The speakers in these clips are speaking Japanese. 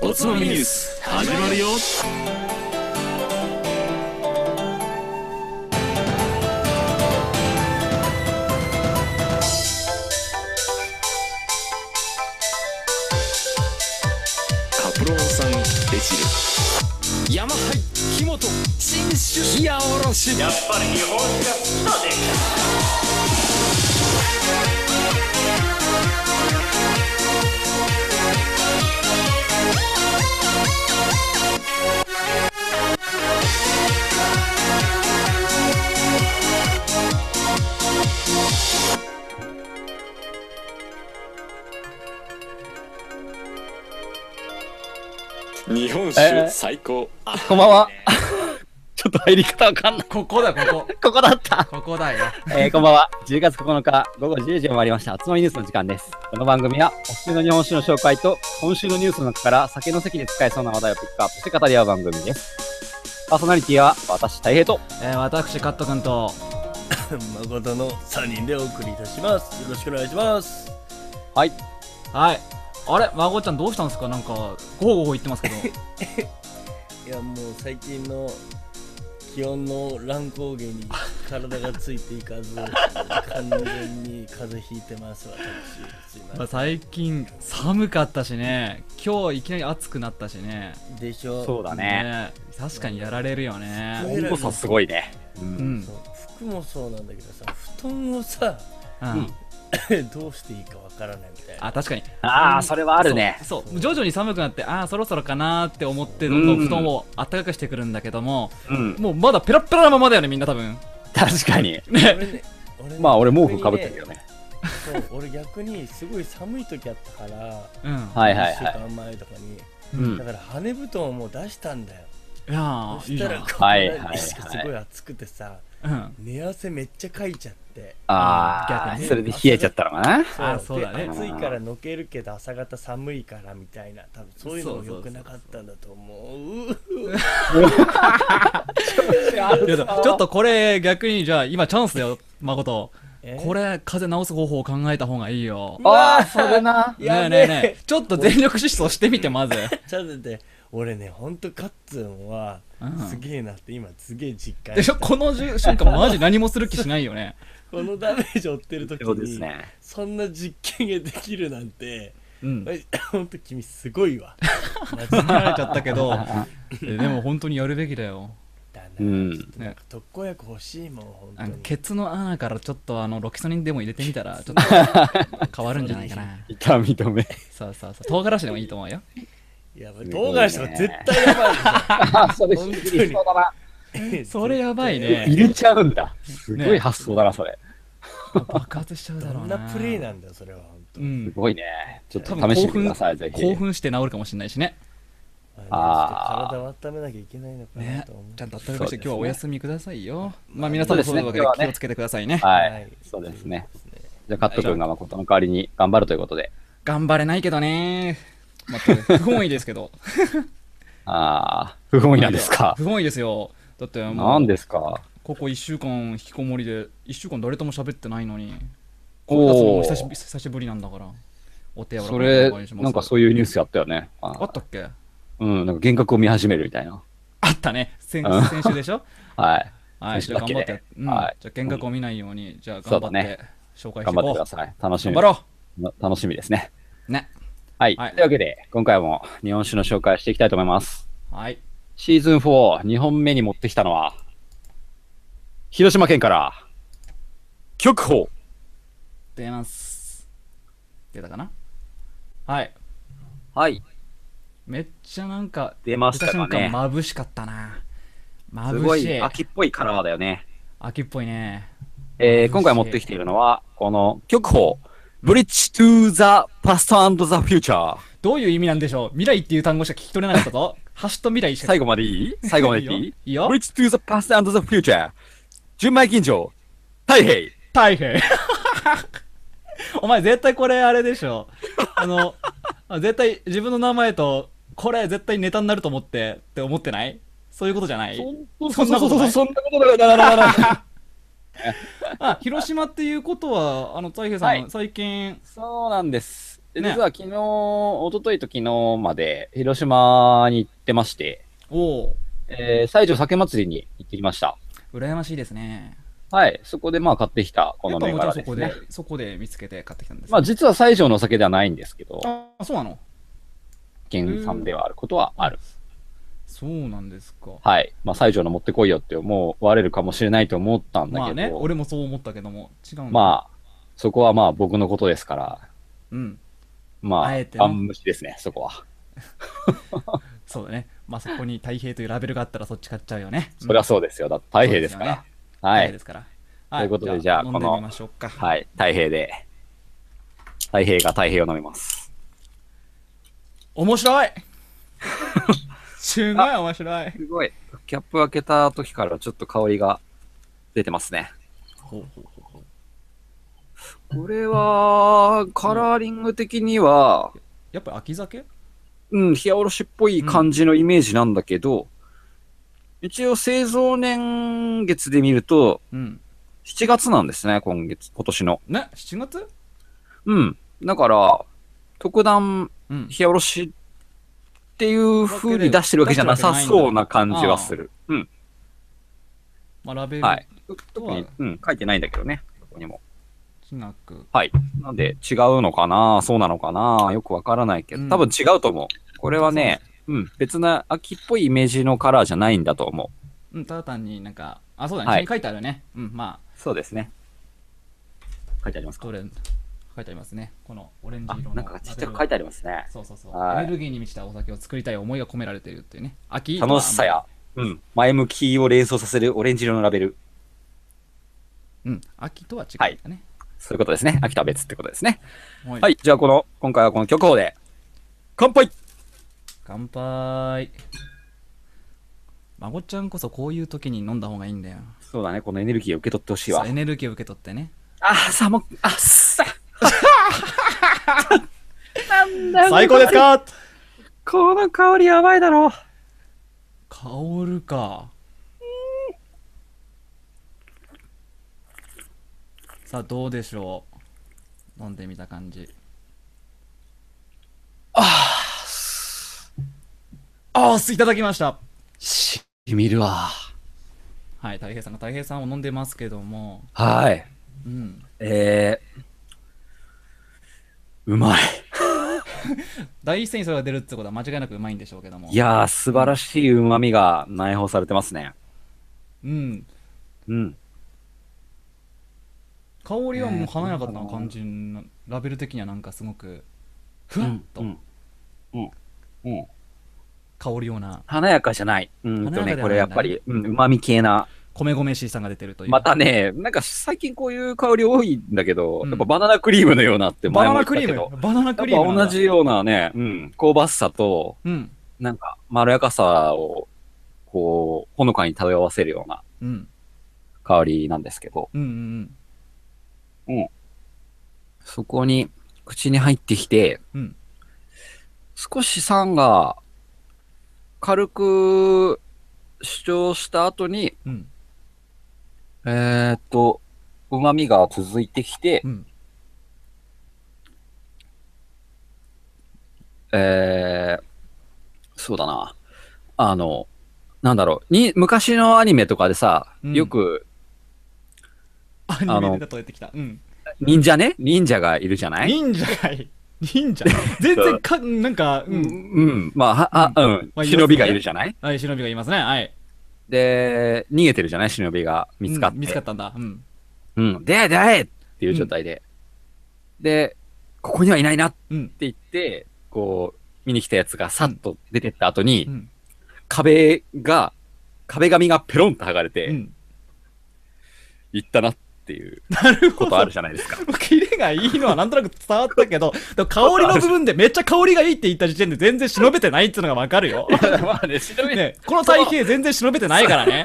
おつまみニュース始まるよカプロンさんエチル山杯木本新種冷やおろし日本え酒ー最高、こんばんは。ちょっと入り方わかんない。ここだここここだった。ここだよえー、こんばんは。10月9日午後10時を回りました。つまみニュースの時間です。この番組は、おすすめの日本酒の紹介と、今週のニュースの中から酒の席で使えそうな話題をピックアップして語り合う番組です。パーソナリティは、私、大平と。えー、私カット君と誠の3人でお送りいたしますよろしくお願いしますはい。はいあれ孫ちゃんどうしたんですかなんかゴーゴー言ってますけどいやもう最近の気温の乱高下に体がついていかず完全に風邪ひいてます私すいま まあ最近寒かったしね今日いきなり暑くなったしねせんでしょそうだね。確かにやられるよね温度差すごいね。う。うんんそう服もそうなんだけどさ布団をさ うんどうしていいかわからないみたいなあ確かにああ、それはあるね。そうそう徐々に寒くなってああそろそろかなーって思ってどんどん布団を暖かくしてくるんだけども、うん。もうまだペラッペラなままだよねみんな多分確かに。俺ね俺ねまあ、俺、毛布被ってるよね。そう俺逆にすごい寒い時あったからうんはいはい1週は間前とかにい。うだん。から羽布団をもう出したんだよいやーそいしいたらなこはいはいのはいすごい暑くてさうん寝汗めっちゃかいちゃってあ逆あ、にそれで冷えちゃったのかな。あそうだねで暑いからのけるけど朝方寒いからみたいな多分そういうのも良くなかったんだと思ういやだちょっとこれ逆にじゃあ今チャンスだよ誠これれ風邪治す方法を考えた方がいいよああ、それな。ねえねえねえちょっと全力疾走してみて まずちょっと待って俺ねほんとカッツンはうんすげえなって今すげえ実感でしょこの瞬間マジ何もする気しないよねこのダメージを負ってる時そうですにね。そんな実験ができるなんてうんマジほんと君すごいわマジで疲れちゃったけどえでも本当にやるべきだよだなうんちょっとなんか特効薬欲しいもん、本当あにの。ケツの穴からちょっとあのロキソニンでも入れてみたらちょっと変わるんじゃないかな痛み止め。そうそうそう唐辛子でもいいと思うよやばすい。ごいね唐辛子とか絶対やばいあ、それ本当にそうだな。でしょそれやばいね入れちゃうんだ。すごい発想だな、それ。爆発しちゃうだどろうんななプレイなんだよ、それは。本当うすんごいね。ちょっと多分試し興てくだ奮さい、ぜひ。興奮して治るかもしれないしねあーちょっと体を温めなきゃいけないのかなねと思う。ちゃんと温めましてそうですね今日はお休みくださいよまあ皆さんもそういうわけでそうですね気をつけてくださいねはい。そうですね。。じゃあ、カット君が誠の代わりに頑張るということで。頑張れないけどねまあ不本意ですけどああ、不本意なんですか。不本意ですよだっても何うですか。ここ1週間引きこもりで1週間誰とも喋ってないのに声出すのおもお久しぶり久しぶりなんだからお手柔らかそにれお願いし、ますなんかそういうニュースやったよね。ああったっけうん、なんか幻覚を見始めるみたいな。あったね先うん先週でし ょはい。はいじ先週ゃあだっ頑け張って、うんはいじゃあ見学を見ないようにじゃあそ頑う張っだて、ね紹頑張っ介していてくこださい。楽しう頑み張。ろ楽しみですね。うねはい。はいというわけで、今回も日本酒の紹介をしていきたいと思います。はいシーズン4、2本目に持ってきたのは、広島県から、極宝。出ます出たかなはいはい、めっちゃなんか出ま出したた瞬か間ね。眩しかったなす眩ごしいい秋っぽいカラーだよね。秋っぽいねえ眩しいー、今回持ってきているのは、この極宝、ブリッジトゥーザパストアンドザフューチャー。どういう意味なんでしょう未来っていう単語しか聞き取れなかった ぞ。橋と未来しか聞最後までいい最後までいいいいよいいよブリッジトゥーザパストアンドザフューチャー。純米吟醸、太平。大変。お前絶対これあれでしょ。あの、絶対自分の名前と、これ絶対ネタになると思ってって思ってないそういうことじゃないそんなことないそんなことない。なななななあ、広島っていうことは、あの、大平さん、はい最近、そうなんです。でね実は昨日、一昨日と昨日まで広島に行ってまして、おおえー、西条酒祭りに行ってきました。羨ましいですね。はい。そこでまあ買ってきたこのやっぱ銘もちろ柄んそですこねで。、そこで見つけて買ってきたんですね。まあ実は西条のお酒ではないんですけど、あ、そうなの県産ではあることはある。そうなんですか。はい。まあ西条の持ってこいよって思われるかもしれないと思ったんだけど、まあね、俺もそう思ったけども、違うんだ。あ、まあ、そこはまあ僕のことですから、うん。まああえ、てなガン無視ですね、そこは。そうだね。まあそこに太平というラベルがあったらそっち買っちゃうよね。 そりゃそうですよ。だって太平ですから。そうは太平いで。すから。ということでじゃあ飲んでこのみましょうか。はい。太平で。太平が太平を飲みます。面白いすごい面白い。すごい。キャップ開けた時からちょっと香りが出てますね。これは、カラーリング的には、やっぱり秋酒うん、冷やおろしっぽい感じのイメージなんだけど、一応製造年月で見ると、うん。 7月なんですね、今月、今年の。ね、7月うん。だから、特段、うん。冷やおろしっていう風に出してるわけじゃなさそうな感じはする。うん。まあラベルはい。とうはんうん、書いてないんだけどね。ここにも。しなく。なんで、違うのかなそうなのかなよくわからないけうど、ん多分違うと思う。これはね、うん、別な秋っぽいイメージのカラーじゃないんだと思う。うん、ただ単になんか、あ、そうだね。はい下に書いてあるね。うん、まあ、そうですね。書いてありますかどれ、書いてありますね。このオレンジあ色の。、なんかちっちゃく書いてありますね。そうそうそう。はいエネルギーに満ちたお酒を作りたい思いが込められているっていうね。秋とは楽しさや、うん、前向きを連想させるオレンジ色のラベル。うん、秋とは違うんだね。そういうことですね。秋とは別ってことですね。ははい、じゃあこの、今回はこの曲をで、乾杯乾杯。孫ちゃんこそこういう時に飲んだ方がいいんだよ。そうだね、このエネルギーを受け取ってほしいそわうエ。ネルギーを受け取ってね。あー、さ、もう、あっさ、最高ですかこの香りやばいだろ。香るか。さあ、どうでしょう飲んでみた感じ。ああすいただきましたしみるわ。はい、たい平さんがたい平さんを飲んでますけども、はい。うん。えー、うまい。第一声にそれが出るってことは間違いなくうまいんでしょうけども。い。やー、素晴らしいうまみが内包されてますね。うん。うん。香りはもう華やかな感じの、ラベル的にはなんかすごく、ふわっとうん。うん。うん。香るような、華やかじゃない。うんと華やかではないね、んだこれやっぱり、うん、うまみ系な。米米しいさんが出てるという。またね、なんか最近こういう香り多いんだけど、うんやっぱバナナクリームのようなってバ前もナ言ナっクたリけーどム。バナナクリーやムっなぱん同だじようなね、うん、香ばしさと、うん。なんか、まろやかさを、こう、ほのかに漂わせるようなうん。香りなんですけど、うんうんうん。そこに、口に入ってきて、うん少し酸が、軽く主張した後に、うん。えー、っと、旨味が続いてきて、うん。えー、そうだな。あの、なんだろう。に、昔のアニメとかでさ、うんよく、アニメで例えてきた。うん。忍者ね忍者がいるじゃない忍者かい。忍者。全然か、なんか、う。うんん。まあ、はあ、うんまあ。いますね忍びがいるじゃないはい、忍びがいますね。はい。で、逃げてるじゃない忍びが見つかっうて。ん見つかったんだ。うん。うん。出会え出会えっていう状態で。で、ここにはいないなってうん。言って、こう、見に来たやつがさっと出てった後に、うん。壁が、壁紙がペロンと剥がれて、うん。行ったなっていうなるこほとどあ。るじゃないですか。 キレがいいのはなんとなく伝わったけど、でも香りの部分でめっちゃ香りがいいって言った時点で全然忍べてないっていうのがわかるよ。まあ ね、忍びね、この体型全然忍べてないからね。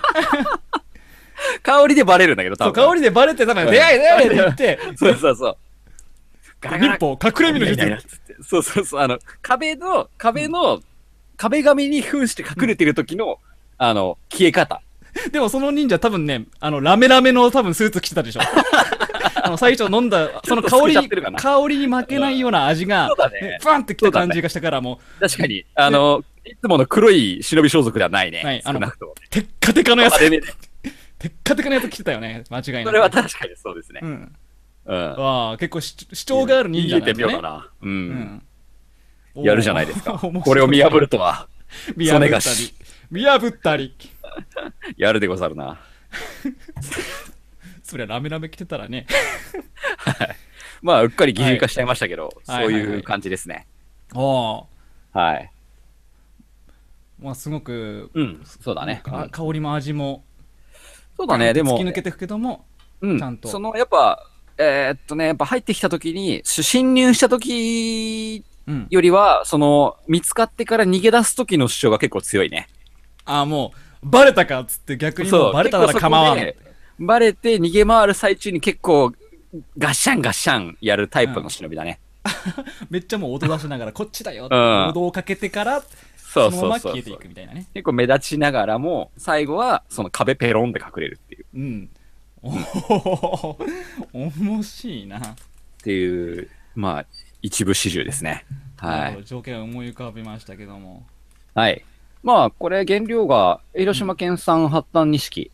香りでバレるんだけど、そ多う、香分。りでバレてたから、うん出会い出会いって言って、そうそう そう。ガ忍法、隠れ身のみ術たいな。そうそうそう。あの、壁の、壁の、壁紙に扮して隠れてる時の、あの、消え方。 でもその忍者多分ね、あの、ラメラメの多分スーツ着てたでしょ。あの最初飲んだ、そのちょっと香透けりちゃっに、てるかな香りに負けないような味がそうだね、ファンってきた感じがしたから、も確かに、あの、いつもの黒い忍び装束ではないね。はいあ少のなくとも。う、テッカテカのやつあ、れねテッカテカのやつ来てたよね、間違いなく。それは確かにそうですねう。ん。うん。わあ、結構主主張がある忍言え者なんだてねみようかな。う。うんん。やるじゃないですか。おーこれを見破るとは、 見破それったがりし。見破ったり。やるでござるな。そりゃラメラメ着てたらね。まあ、うっかり擬人化しちゃいましたけど、はいそうはいはいいはいう感じですね。ああ。はい。まあ、すごく、うん、そうだね。うかん香りも味も、そうだね、でも突き、抜けていくけども、うんちゃんとその、やっぱ、えーっとね、やっぱ入ってきた時に、し侵入した時うん。よりは、その、見つかってから逃げ出す時の主張が結構強いね。ああ、もう、バレたかっつって逆にもうバレたなら構わん。結構そこでバレて逃げ回る最中に結構、ガッシャンガッシャンやるタイプの忍びだね。めっちゃもう音出しながら、こ っちだよって、うん音をかけてから、そそうのそままうそ消うえてそいうく。みたいなね。結構目立ちながらも、最後は、その壁ペロンで隠れるっていう、うん。おお、面白いな。っていう、まあ、一部始終ですね。はないるほ。ど条件を思い浮かべましたけども。はい。まあ、これ、原料が、広島県産発端錦。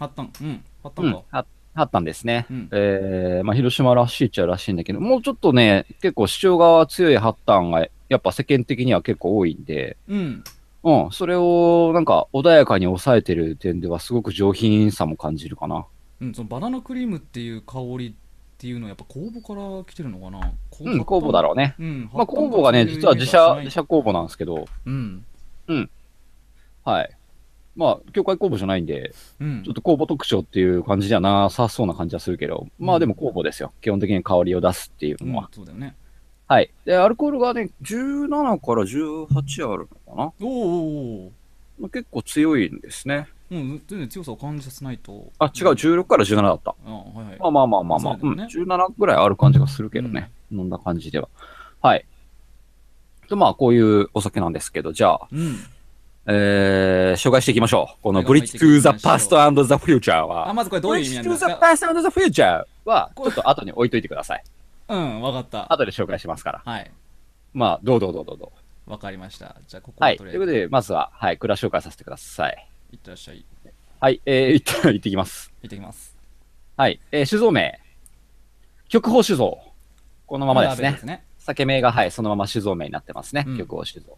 はったん、うん、はったうんんか。。は発端ですね。うんえーまあ、広島らしいっちゃらしいんだけど、もうちょっとね、結構主張が強い発端が、やっぱ世間的には結構多いんで、うん。うん、それを、なんか、穏やかに抑えてる点では、すごく上品さも感じるかな。うん、そのバナナクリームっていう香りっていうのはやっぱ酵母から来てるのかなうん、工房だろうね。う。うん、まあ、工房がね、実は自社、自社工房なんですけど、うん。はい。まあ、協会工房じゃないんで、うんちょっ。と酵母特徴っていう感じではなさそうな感じはするけど、まあでも酵母ですよ。基本的に香りを出すっていううんのは。そうだよね。はい。で、アルコールがね、17から18あるのかなおーおーおーまあ結構強いんですね。うん、全然強さを感じさせないと。あ、違う、16から17だった。あ、はいはい。まあまあまあまあまあ、、そううんだよね17ぐらいある感じがするけどね。飲んだ感じでは。はい。と、まあ、こういうお酒なんですけど、じゃあ、うん。えー、紹介していきましょう。このはブいリッジ・トゥ・ザ・パスト・アンド・ザ・フューチャーあ、は、まずこれどうブいうリ意味ッなんジ・トでゥ・すザ・かパスト・アンド・ザ・フューチャーは、ちょっと後に置いといてください。うん、わかった。後で紹介しますから。はい。まあ、どうどうどうどうどう。わかりました。じゃあ、ここは。はいととりいあうこえとず、で、まずは、はい、蔵紹介させてください。いってらっしゃい。はい、えー、 いった、行ってきます。いってきます。はい、えー、酒造名。極宝酒造。このままですラーメンね。酒名が、はい、そのまま酒造名になってますね。うん極宝酒造。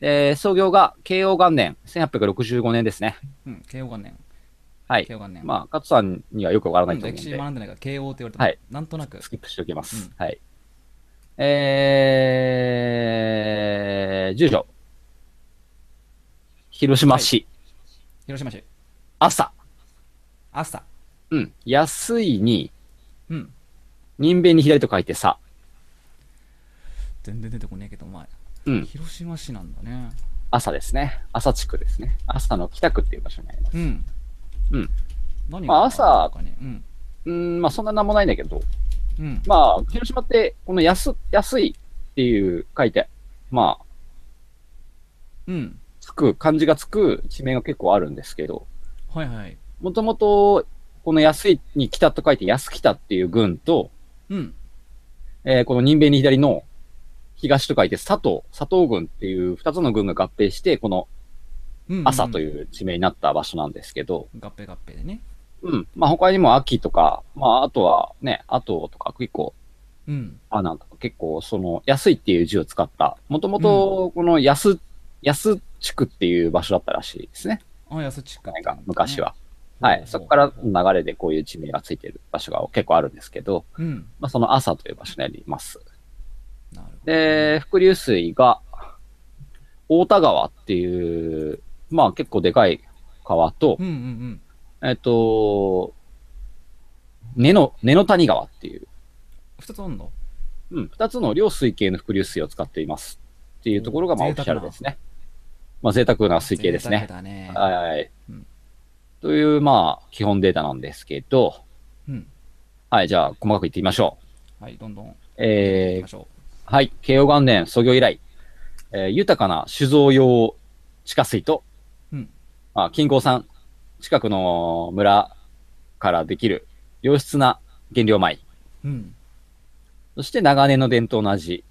えー、創業が慶応元年、1865年ですね。うん、慶応元年。はい慶。応元年。まあ、勝さんにはよくわからうないん、と思う歴ん史で、学んでないから、慶応って言われてはいも、なんとなく。スキップしておきます。うはい。えー、住所。広島市、広島市、朝。朝。うん。安いに、うん。人弁に左と書いてさ。全然出てこねえけど、お前。うん。広島市なんだね。朝ですね。朝地区ですね。朝の北区っていう場所にあります。うん。うん。何まあ朝かね。うん。うーん、まあそんな名もないんだけど、うん。まあ、広島って、この安、安いっていう書いて、まあ、うん。つく、漢字がつく地名が結構あるんですけど、はいはい。もともと、この安いに北と書いて安北っていう軍と、うん。えーこの人弁に左の東と書いて佐藤、佐藤軍っていう二つの軍が合併して、このうん。朝とういう地名になった場所なんですけど、ん。合併合併でね。うん。まあ他にも秋とか、まああとはね、あととか結構、うん。あなんとか結構その安いっていう字を使った、もともとこの安、安地区っていう場所だったらしいですね。あ、安地区なんか昔は。うんはい。そこからうんの流れでこういう地名がついてる場所が結構あるんですけど、うん。まあその朝という場所にあります。なるほど。で、伏流水が、大田川っていう、まあ結構でかい川と、うんうんうん。えっと、根の、根の谷川っていう、二つあんのうん、二つの両水系の伏流水を使っていますっていうところが、まあ、おオーフィシャルですね。まあ、贅沢な水系です贅ね。沢だね。はいはいうん。という、まあ、基本データなんですけど、うん。はい、じゃあ、細かくいってみましょう。はい、どんどん。行きえまー、しょはい、慶応元年創業以来、えー豊かな酒造用地下水と、うんまあ、金剛山、近くの村からできる良質な原料米。うん。そして長年の伝統の味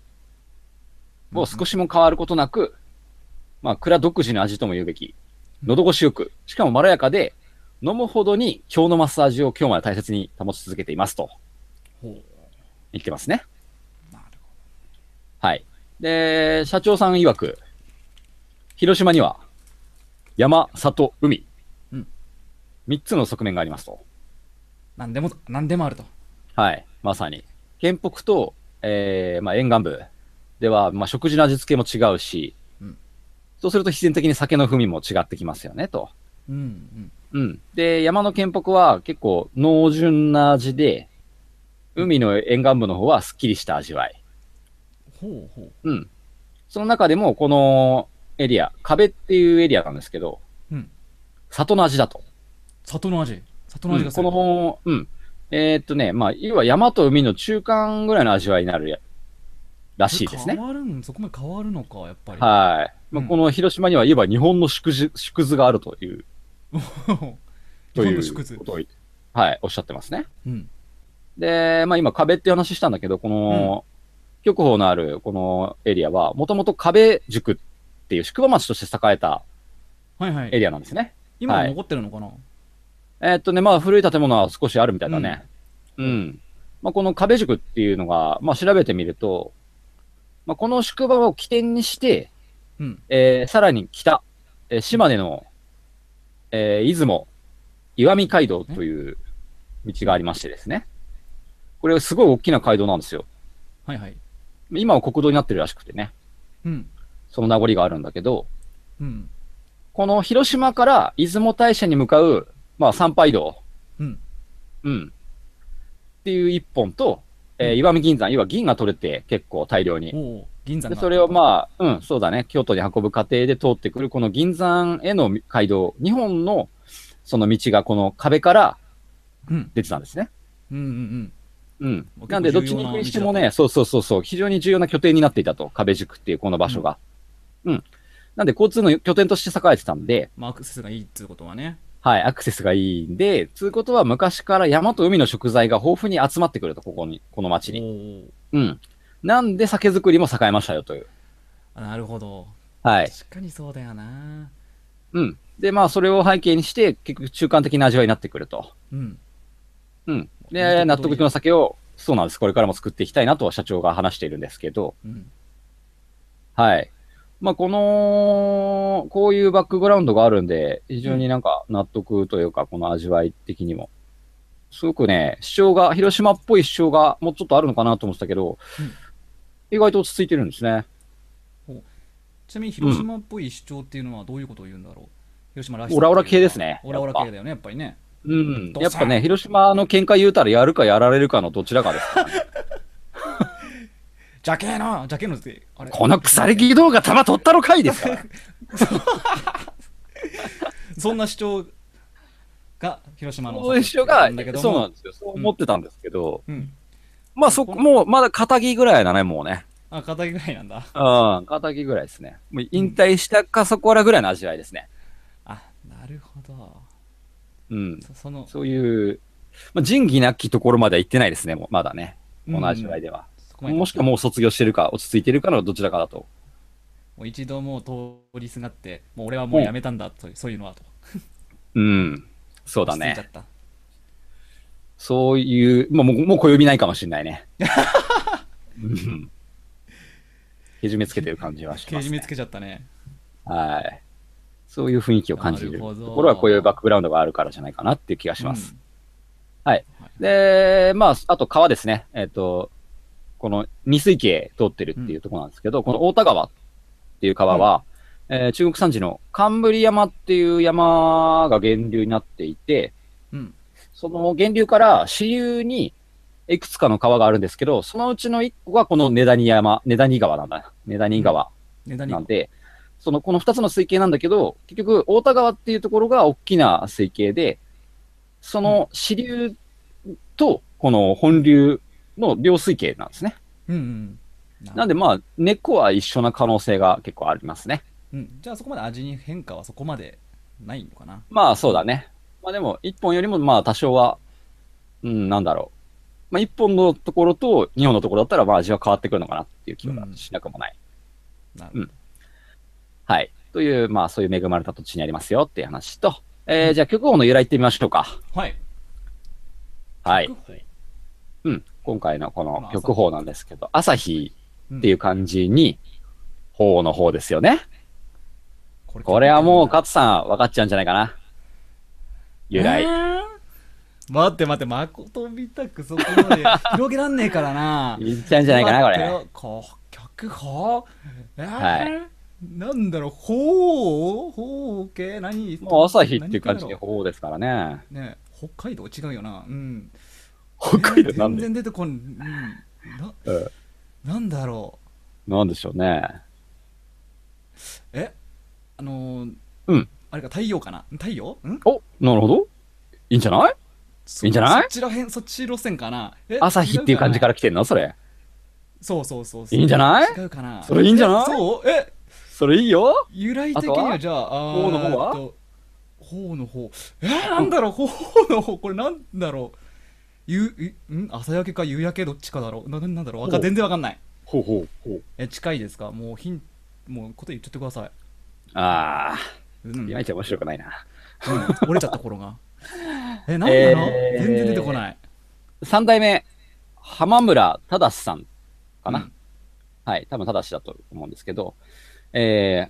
を少しも変わることなく、まあ、蔵独自の味とも言うべき、喉越しよく、しかもまろやかで、飲むほどに今日のマス味を今日まで大切に保ち続けていますとほ言ってますね。う。なるほはい。で、社長さん曰く、広島には山、里、海、うん三つの側面がありますと。ど。なんでも、なんでもあると。はい、まさに。県北と、えーまあ、沿岸部では、まあ、食事の味付けも違うし、うんそうすると必然的に酒の風味も違ってきますよね、と。うんうん。うん。で、山の県北は結構濃純な味で、海の沿岸部の方はすっきりした味わい。ほうほうん。その中でも、このエリア、壁っていうエリアなんですけど、う。うん。里の味だと。里の味。里の味がすこる。の、うん。えーっとね、まあ、要は山と海の中間ぐらいの味わいになるやらしいですね変。わるん、そこまで変わるのか、やっぱり。はい。まあうんこの広島には言えば日本の縮図縮図があるという、 日と本いの縮図うことを、はい、おっしゃってますね。うん。で、まあ今壁って話したんだけど、この、極宝のあるこのエリアは、もともと壁塾っていう宿場町として栄えたはいはエい。リアなんですね。今もはい残ってるのかなえーっとね、まあ古い建物は少しあるみたいだね。うん。まあこの壁塾っていうのが、まあ調べてみると、まあこの宿場を起点にして、うん。えーさらに北、えー島根の、えー出雲、岩見街道という道がありましてですね。これすごい大きな街道なんですよ。はいはい。今は国道になってるらしくてね。うん。その名残があるんだけど、うん。この広島から出雲大社に向かう、まあ参拝道。うん。うん。っていう一本と、えー岩見銀山、要は銀が取れて結構大量にお。お、銀山で、が。それをまあ、うん、そうだね、京都に運ぶ過程で通ってくる、この銀山への街道、日本のその道がこの壁からうん。出てたんですね。うんうんうん。うんもう結構。なんで、どっちに行くにしてもね、そうそうそうそう、非常に重要な拠点になっていたと、壁宿っていうこの場所が。うん。なんで、交通の拠点として栄えてたんで、まあ、アクセスがいいっていうことはね。はい、アクセスがいいんで、つうことは昔から山と海の食材が豊富に集まってくると、ここに、この町おに。お。うん。なんで、酒造りも栄えましたよという。あなるほど。はい。確かにそうだよな。うん。で、まあ、それを背景にして、結局中間的な味わいになってくると。うん。うん。なるほどで、納得いくの酒を、そうなんです。これからも作っていきたいなとは社長が話しているんですけど、うん。はい。まあ、この、こういうバックグラウンドがあるんで、非常になんか納得というか、この味わい的にも。すごくね、主張が、広島っぽい主張がもうちょっとあるのかなと思ってたけど、うん意外と落ち着いてるんですね。ちなみに広島っぽい主張っていうのはどういうことを言うんだろう、広島らしさっていうオかラオラ系ですねオラオラ系だよね、やっぱりね。うん。どうやせっぱね、広島の喧嘩言うたらやるかやられるかのどちらかですからね、ジャケーなジャケーのって、あ れこの腐り木動画玉取ったのかいです から。そんな主張が広島の。そういう主張がんだけ、どもそうなんですよ。そう思ってたんですけど、うん。まあそこ、もうまだ片木ぐらいだね、もうね。あ、片木ぐらいなんだ。うん、片木ぐらいですね。もう引退したかそこらぐらいの味わいですね。あ、なるほど。うん。そその、そういう、まあ、仁義なきところまでは行ってないですね、もうまだね。この味わいでは。そこまでもしくはもう卒業してるか、落ち着いてるかのどちらかだと。もう一度もう通りすがって、もう俺はもうやめたんだ、とそういうのはと。うん。そうだ落ち着いね。ちゃった。そういう、まあ、もう、もう小指ないかもしれない ね。うんけじめつけてる感じはしけます、じねめつ。けちゃったね。はい。そういう雰囲気を感じなるるとほどころはこういうバックグラウンドがあるからじゃないかなっていう気がします。うんで、まあ、あと川ですね。えっ、と、この二水系通ってるっていうところなんですけど、この大田川っていう川は、えー中国山地の寒ブリ山っていう山が源流になっていて、うん。その源流から支流にいくつかの川があるんですけど、そのうちの一個がこの根谷山、根谷川なんだ。根谷川。値段になんで、そのこの2つの水系なんだけど、結局、太田川っていうところが大きな水系で、その支流とこの本流の両水系なんですね。うんうん。なんで、まあ、根っこは一緒な可能性が結構ありますね。うん、じゃあそこまで味に変化はそこまでないのかな。まあ、そうだね。まあでも、1本よりもまあ、多少は、うん、なんだろう。まあ、1本のところと2本のところだったら、まあ、味は変わってくるのかなっていう気はしなくもない。なるうんはい。という、まあ、そういう恵まれた土地にありますよっていう話と、えー、じゃあ、曲王の由来ってみましょうか。はい。はい。はいうん。今回のこまのあ曲法なんですけど、朝日っていう感じに、法の方ですよね。これこれはもう、勝さん、分かっちゃうんじゃないかな。由来。えー待って待って、誠みたくそこまで 広げらんねえからな。言っちゃうんじゃないかな、これ。れ。こう、脚本えーはいなんだろう、ほう、ほうけ、何もう朝日っていう感じで何系だろ法ですからね。うね北海道違うよな。うん。北海道なんえー全で、然出てこ ん。うん。な、うんなんだろなんでしょうね。う。えあのー、うん。あれか、太陽かな太陽んお、なるほど。いいんじゃないそいいんじゃないそっちらへん、そっち路線かな。え。朝日っていう感じからら来てんのそれ。そうそうそうそう。いいんじゃない違うかな。それいいんじゃないえそうえそれいいよ由来的にあとははじゃあ、あー頬の方はえっと頬の方。えー、なんだろう、頬の方、これなんだろう。ゆゆん朝焼けか夕焼けどっちかだろう。なななんだろう、わかほう全然わかんない。ほうほうほう。え、近いですかもうヒンもう答え言っちゃってください。ああ、うん、いまいち面白くないな。うん折れちゃっ た頃が。え、なんだろう、えー全然出てこない。三代目、浜村忠さんかな、うんはい、多分忠だと思うんですけど、えー、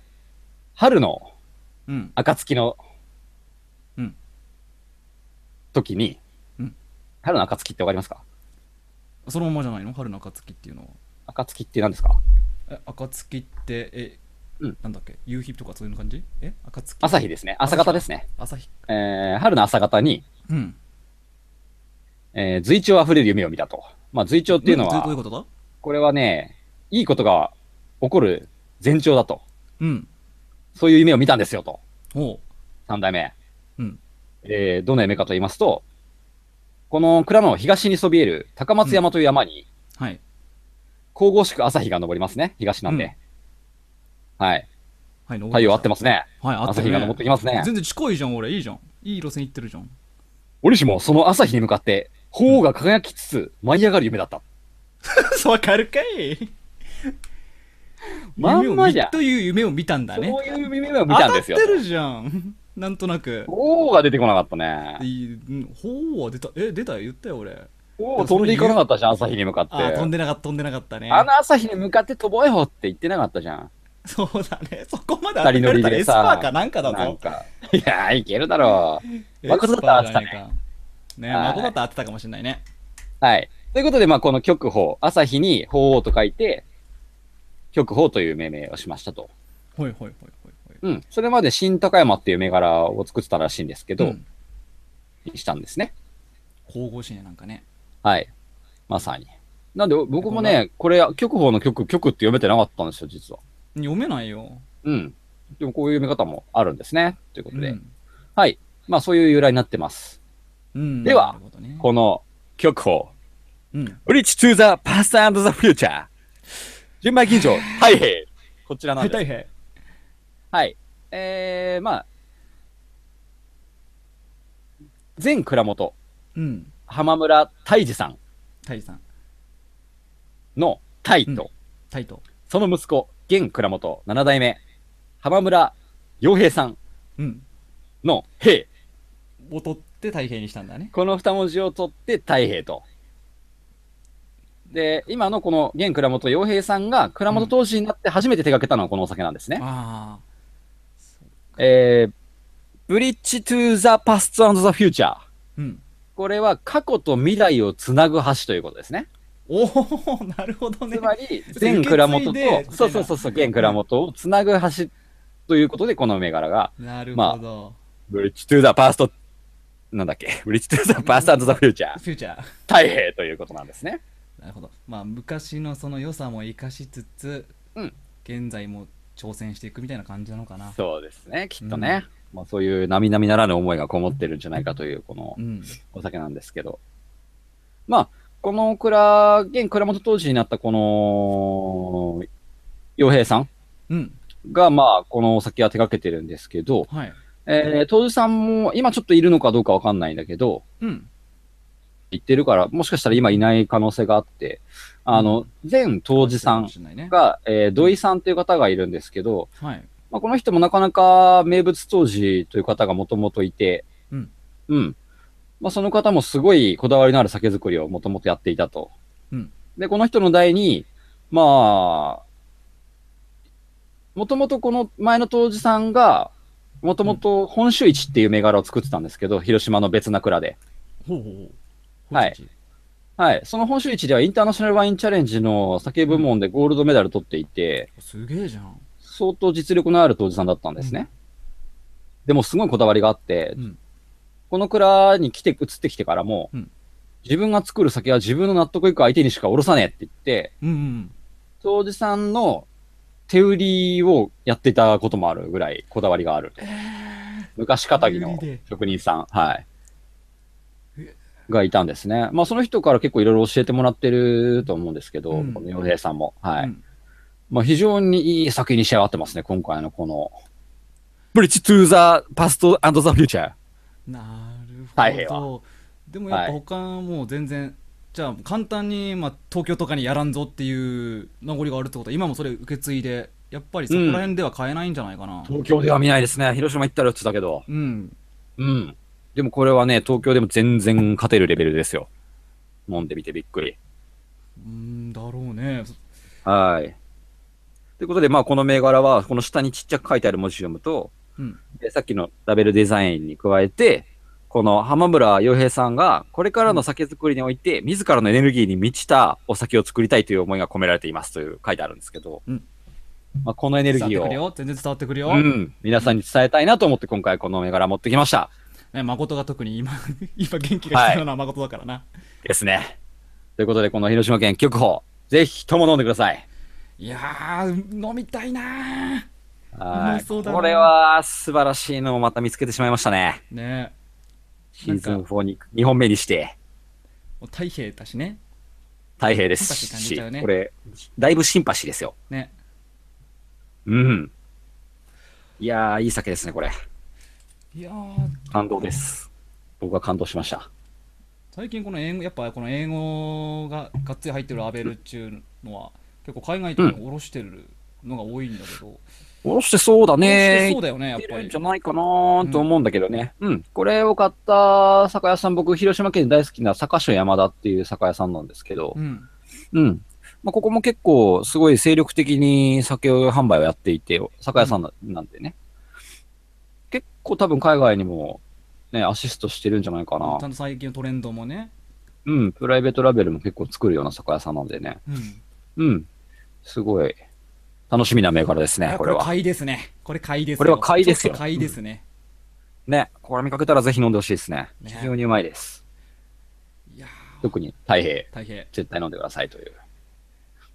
春のうん。暁の、うん時に、うん春の暁ってわかりますかそのままじゃないの春の暁っていうのは。暁って何ですかえ、暁って、え、うんなんだっけ夕日とかそういう感じえ暁朝日ですね。朝方ですね。朝日。えー、春の朝方に、うん。えー、随調溢れる夢を見たと。まあ、随調っていうのんどどういはう、ことだこれはね、いいことが起こる前兆だと。うん。そういう夢を見たんですよと。おう。三代目。うんえーどの夢かと言いますと、この蔵の東にそびえる高松山という山に、はい。神々しく朝日が昇りますね。東なんで。はい。はい、太陽合ってますね。す。はい、合って朝る日ねが昇ってきますね。全然近いじゃん、俺。いいじゃん。いい路線行ってる じゃん。折しもその朝日に向かって、鳳凰が輝きつつ舞い上がる夢だった。わかるかいまんまじゃん 夢を見という夢を見たんだね。そういう夢を見たんですよ当。たってるじゃん。なんと なく。鳳凰が出てこなかったね。いいうんほうは出た。え、出たよ言ったよ、俺。鳳凰飛んでいかなかったじゃん、朝日に向かって。あー、飛んでなかった、飛んでなかったね。あの朝日に向かって飛ぼうよって言ってなかったじゃん。そうだね。 そこまで二人乗りでエスさパーかなんかだなんぞ。か。いやー、いけるだろう。誠だったら当てたね。ね。ねはい誠だったら当てたかもしれないね。はい。ということで、まあ、この極法、朝日に鳳凰と書いて、極法という命名をしましたと。ほいほいほいほいほい。うん。それまで新高山っていう銘柄を作ってたらしいんですけど、んしたんですね。神々しいね、なんかね。はい。まさに。なんで、僕もね、これ、極法の極、極って読めてなかったんですよ、実は。読めないよ。うん。でも、こういう読み方もあるんですね。ということで。うんはい。まあ、そういう由来になってます。うんではなるほどねこの極法。うん。ブリッジトゥザパスタアンドザフューチャー。純米吟醸、太平。こちらなんはい、です。はい、大平。えー、まあ、全蔵元、うん。浜村泰治さんタイさん。の泰と、うんタイと。その息子、現蔵元、七代目、浜村洋平さんうん。の平。を取って太平にしたんだね。この二文字を取って太平と。で、今のこの現蔵元洋平さんが蔵元当時になって初めて手掛けたのはこのお酒なんですね。あえー、ブリッジトゥザパストアンドザフューチャー。あ。うん。これは過去と未来をつなぐ橋ということですね。おお、 なるほどねつ。まり、全蔵元受け継いでみたいと、なそうそうそうそう、現蔵元をつなぐ橋ということで、この銘柄が、なるほど。ブリッジトゥザパスト、なんだっけ、ブリッジトゥザパストアンドザフューチャー、フューチャー。太平ということなんですね。なるほど。まあ、昔のその良さも生かしつつ、うん現在も挑戦していくみたいな感じなのかな。そうですね、きっとね。まあ、そういう並々ならぬ思いがこもってるんじゃないかという、このうん。お酒なんですけど。まあ、この蔵、現蔵元当時になったこの、洋平さんうん。が、まあ、このお酒は手掛けてるんですけど、はい。えー、当時さんも、今ちょっといるのかどうかわかんないんだけど、うん。言ってるから、もしかしたら今いない可能性があって、あの、前当時さんそうかもしれないねが、えー土井さんという方がいるんですけど、はい。まあ、この人もなかなか名物当時という方がもともといて、うん。うん。まあ、その方もすごいこだわりのある酒造りをもともとやっていたと。うん。で、この人の代に、まあ、もともとこの前の当時さんが、もともと本州一っていう銘柄を作ってたんですけど、広島の別な蔵で。ほうほうほう。はいはい。その本州一ではインターナショナルワインチャレンジの酒部門でゴールドメダル取っていて、すげえじゃん。相当実力のある当時さんだったんですね。でもすごいこだわりがあって、うんこの蔵に来て、移ってきてからも、うん自分が作る酒は自分の納得いく相手にしか卸さねえって言って、うんうん。当時さんの手売りをやってたこともあるぐらいこだわりがある。昔かたぎの手売りで職人さん、はいえ。がいたんですね。まあその人から結構いろいろ教えてもらってると思うんですけど、うんこの洋平さんも。はい。うんまあ、非常にいい作品に仕上がってますね、今回のこの。ブリッジ・トゥ・ザ・パスト・アンド・ザ・フューチャー。なるほど。太平はでもやっぱ他はもう全然、じゃあ簡単に、まあ、東京とかにやらんぞっていう名残があるってことは今もそれ受け継いでやっぱりそこら辺では買えないんじゃないかな。東京では見ないですね。広島行ったらってたけど。うん。うん。でもこれはね、東京でも全然勝てるレベルですよ。飲んでみてびっくり。うんだろうね。はい。ということで、まあ、この銘柄は、この下にちっちゃく書いてある文字読むと、うんでさっきのラベルデザインに加えて、この浜村洋平さんが、これからの酒造りにおいて、自らのエネルギーに満ちたお酒を作りたいという思いが込められていますという書いてあるんですけど、うんまあ、このエネル伝わっギてくるーを、よ。全然伝わってくるよ。うん、皆さんに伝えたいなと思って、今回この銘柄持ってきました。ね、誠が特に今 今元気が必要な誠だからな。ですね。ということで、この広島県極宝、ぜひとも飲んでください。い、やー飲みたいなーはいうまそうだなこれは素晴らしいのをまた見つけてしまいましたね。ねシーズン4に2本目にして、もう太平だしね。大変でシンパすシー感じちしゃう、ねこれ、だいぶシンパシーですよ。ね。うん。いやー、いい酒ですね、これ。いやー感動です。僕は感動しました。最近この英語やっぱこの英語ががっつり入ってるラベルっていうのは結構海外とかに下ろしてるのが多いんだけど、おろしてそうだえね。そうだよねやっいってぱるんりじゃないかなーと思うんだけどね。うん、これを買った酒屋さん、僕、広島県で大好きな坂所山田っていう酒屋さんなんですけど、うんうん。まあ、ここも結構、すごい精力的に酒販売をやっていて、酒屋さんななんでね。結構多分海外にも、ね、アシストしてるんじゃないかなちゃ。んと最近のトレンドもね、うん、プライベートラベルも結構作るような酒屋さんなんでね。うん、うん。すごい、楽しみな銘柄ですいねや、これは。買いですねこれ買いですよこれは買いですよちょっと買いですね、ね、これ見かけたらぜひ飲んでほしいですね。ね非常にうまいです。いやー特に、太平、大平絶対飲んでくださいという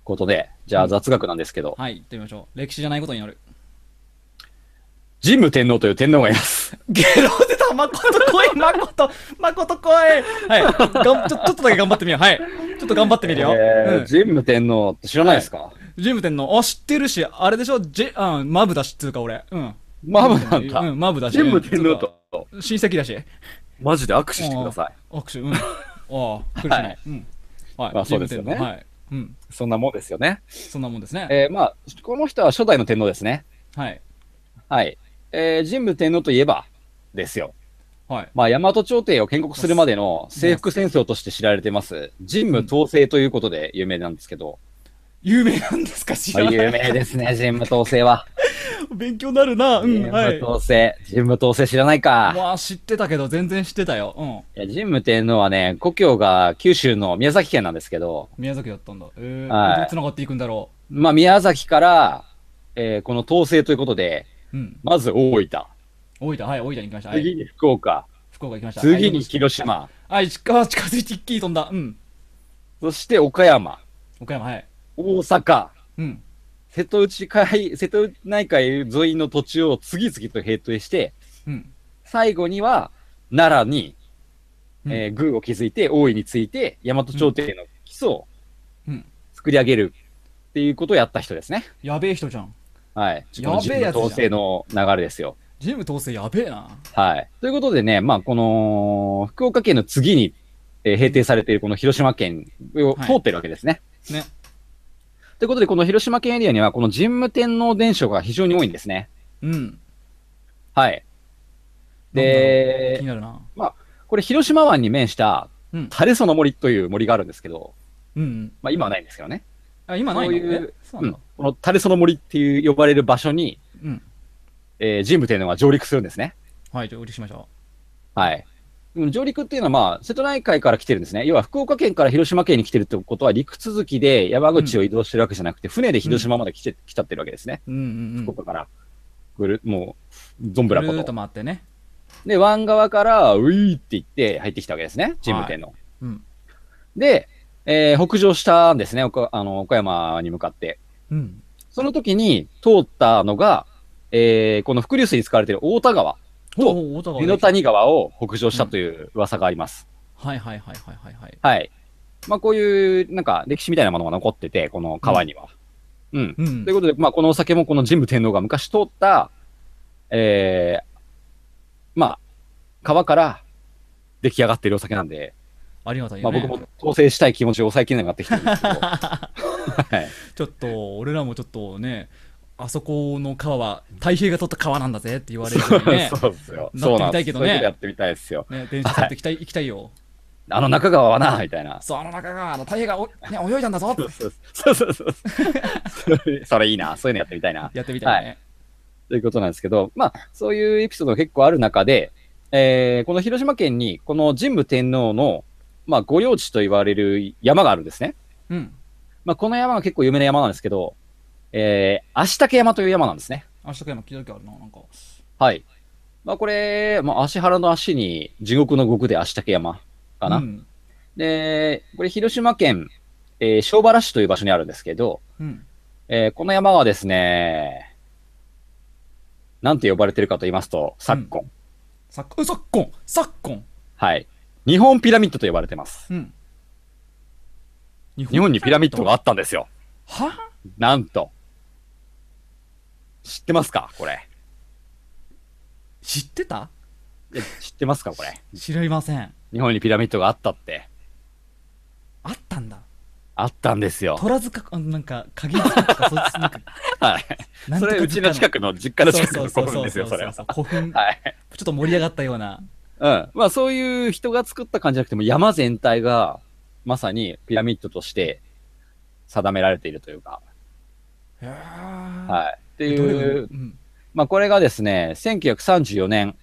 ことで、じゃあ雑学なんですけど、はい行ってみましょう歴史じゃないことになる神武天皇という天皇がいます。ゲロ出た誠来い誠誠来いはいがんちょちょっとだけ頑張ってみようはいちょっと頑張ってみるよ、えーうん神武天皇って知らないですか、ジム店の、あ、知ってるし、あれでしょ、ジェ、うん、マブだし、つうか俺。うん。マブなんだうん、マブだし。神武天う皇ん。と、つうか親戚だし。マジで握手してください。握手、うん。ああ、苦しない。うん。はい。まあそうですよねジム天皇はい。うん。そんなもんですよね。そんなもんですね。えー、まあ、この人は初代の天皇ですね。はい。はい。えー、神武天皇といえば、ですよ。はい。まあ、大和朝廷を建国するまでの征服戦争として知られてます。神武統制ということで有名なんですけど、有名なんですか知まあらない。有名です ね、神武統制は。勉強になるな。う神ん。武はい。統制、神武統制知らないか。まあ、知ってたけど、全然知ってたよ。うん。いや神武天皇はね、故郷が九州の宮崎県なんですけど、宮崎だったんだ。ええ。はいどう繋がっていくんだろまあ、宮崎から、えーこの統制ということで、う。うん。まず大分、大分、はい、大分に行きました。は次い。に福岡、福岡行きました。次に広島、はい。はい、近あ近づいて一気に飛んだ。うん。そして岡山、岡山、はい。大阪、うん。瀬戸内海、瀬戸内海沿いの土地を次々と平定して、うん。最後には奈良に、うんえー軍を築いて、大井について、大和朝廷の基礎をうん作り上げるっていうことをやった人ですね。やべえ人じゃん。はい。やべえやつじゃんこの統制の流れですよ。ジム統制やべえな。はい。ということでね、まあ、この、福岡県の次にえー平定されているこの広島県をはい通ってるわけですね。ね。ということで、この広島県エリアには、この神武天皇伝承が非常に多いんですね。うん。はい。気にで、なるな。これ広島湾に面したうん、タレソの森という森があるんですけど、うん。まあ今はないんですけどね。あ、今ないのこういうえそううなんんだ。。このタレソの森っていう呼ばれる場所に、うん。えー、神武天皇が上陸するんですね。はい、じゃあ、売りしましょはい。うん上陸っていうのは、まあ、瀬戸内海から来てるんですね。要は、福岡県から広島県に来てるってことは、陸続きで山口を移動してるわけじゃなくて、船で広島まで来て、来たってるわけですね。う。うんうんうん。福岡から。ぐる、もう、どんぶぐらるこーっとと。回ってね。で、湾側から、ういーって行って入ってきたわけですね。神武天皇。うん。で、えー北上したんですね。岡あの岡山に向かって。うん。その時に通ったのが、えーこの伏流水に使われている太田川と、おお、湯の谷川を北上したという噂があります。はいはいはいはいはいはい。はい。まあ、こういう、なんか、歴史みたいなものが残ってて、この川には。うん。うんという。ことで、まあ、このお酒も、この神武天皇が昔通った、えー、まあ、川から出来上がっているお酒なんで、ありがたいまよあ、ね。僕も統制したい気持ちを抑えきれなくなってきてるんですけど、はい。ちょっと、俺らもちょっとね、あそこの川は、太平が取った川なんだぜって言われるようにね。 そうですよ。なそっうてなみんたでいすけよ。そどういうねことやってみたいですよ。ね、電車使って行きたい、行きたいよ。あの中川はな、みたいな。そう、あの中川の太平がお、ね、泳いだんだぞそうそうそうそうそう そう。それそれいいな。そういうのやってみたいな。やってみたいね。ということなんですけど、まあ、そういうエピソードが結構ある中で、えーこの広島県に、この神武天皇の、まあ、御用地と言われる山があるんですね。うん。まあ、この山が結構有名な山なんですけど、えー、足竹山という山なんですね。明日からも聞いた時あるな、なんか。はい。まあ、これ、まあ、足原の足に、地獄の獄で足竹山かな。うん。で、これ広島県、えー、小原市という場所にあるんですけど、うん。えーこの山はですね、なんて呼ばれてるかと言いますと、昨今。昨うん昨今昨今はい。日本ピラミッドと呼ばれてます。うん。日日本にピラミッドがあったんですよ。はなんと。知ってますかこれ。知ってたいや知ってますかこれ。知りません。日本にピラミッドがあったって。あったんだ。あったんですよ。虎塚、あなんか、鍵塚とか、そいつなんか、はい。なん そとかれ、うちの近くの、実家の近くの古墳ですよ、それは。う。古墳、ちょはい。っと盛り上がったような。うん。まあ、そういう人が作った感じじゃなくても、山全体が、まさにピラミッドとして定められているというか、ははい。っていいううん。まあ、これがですね、1934年、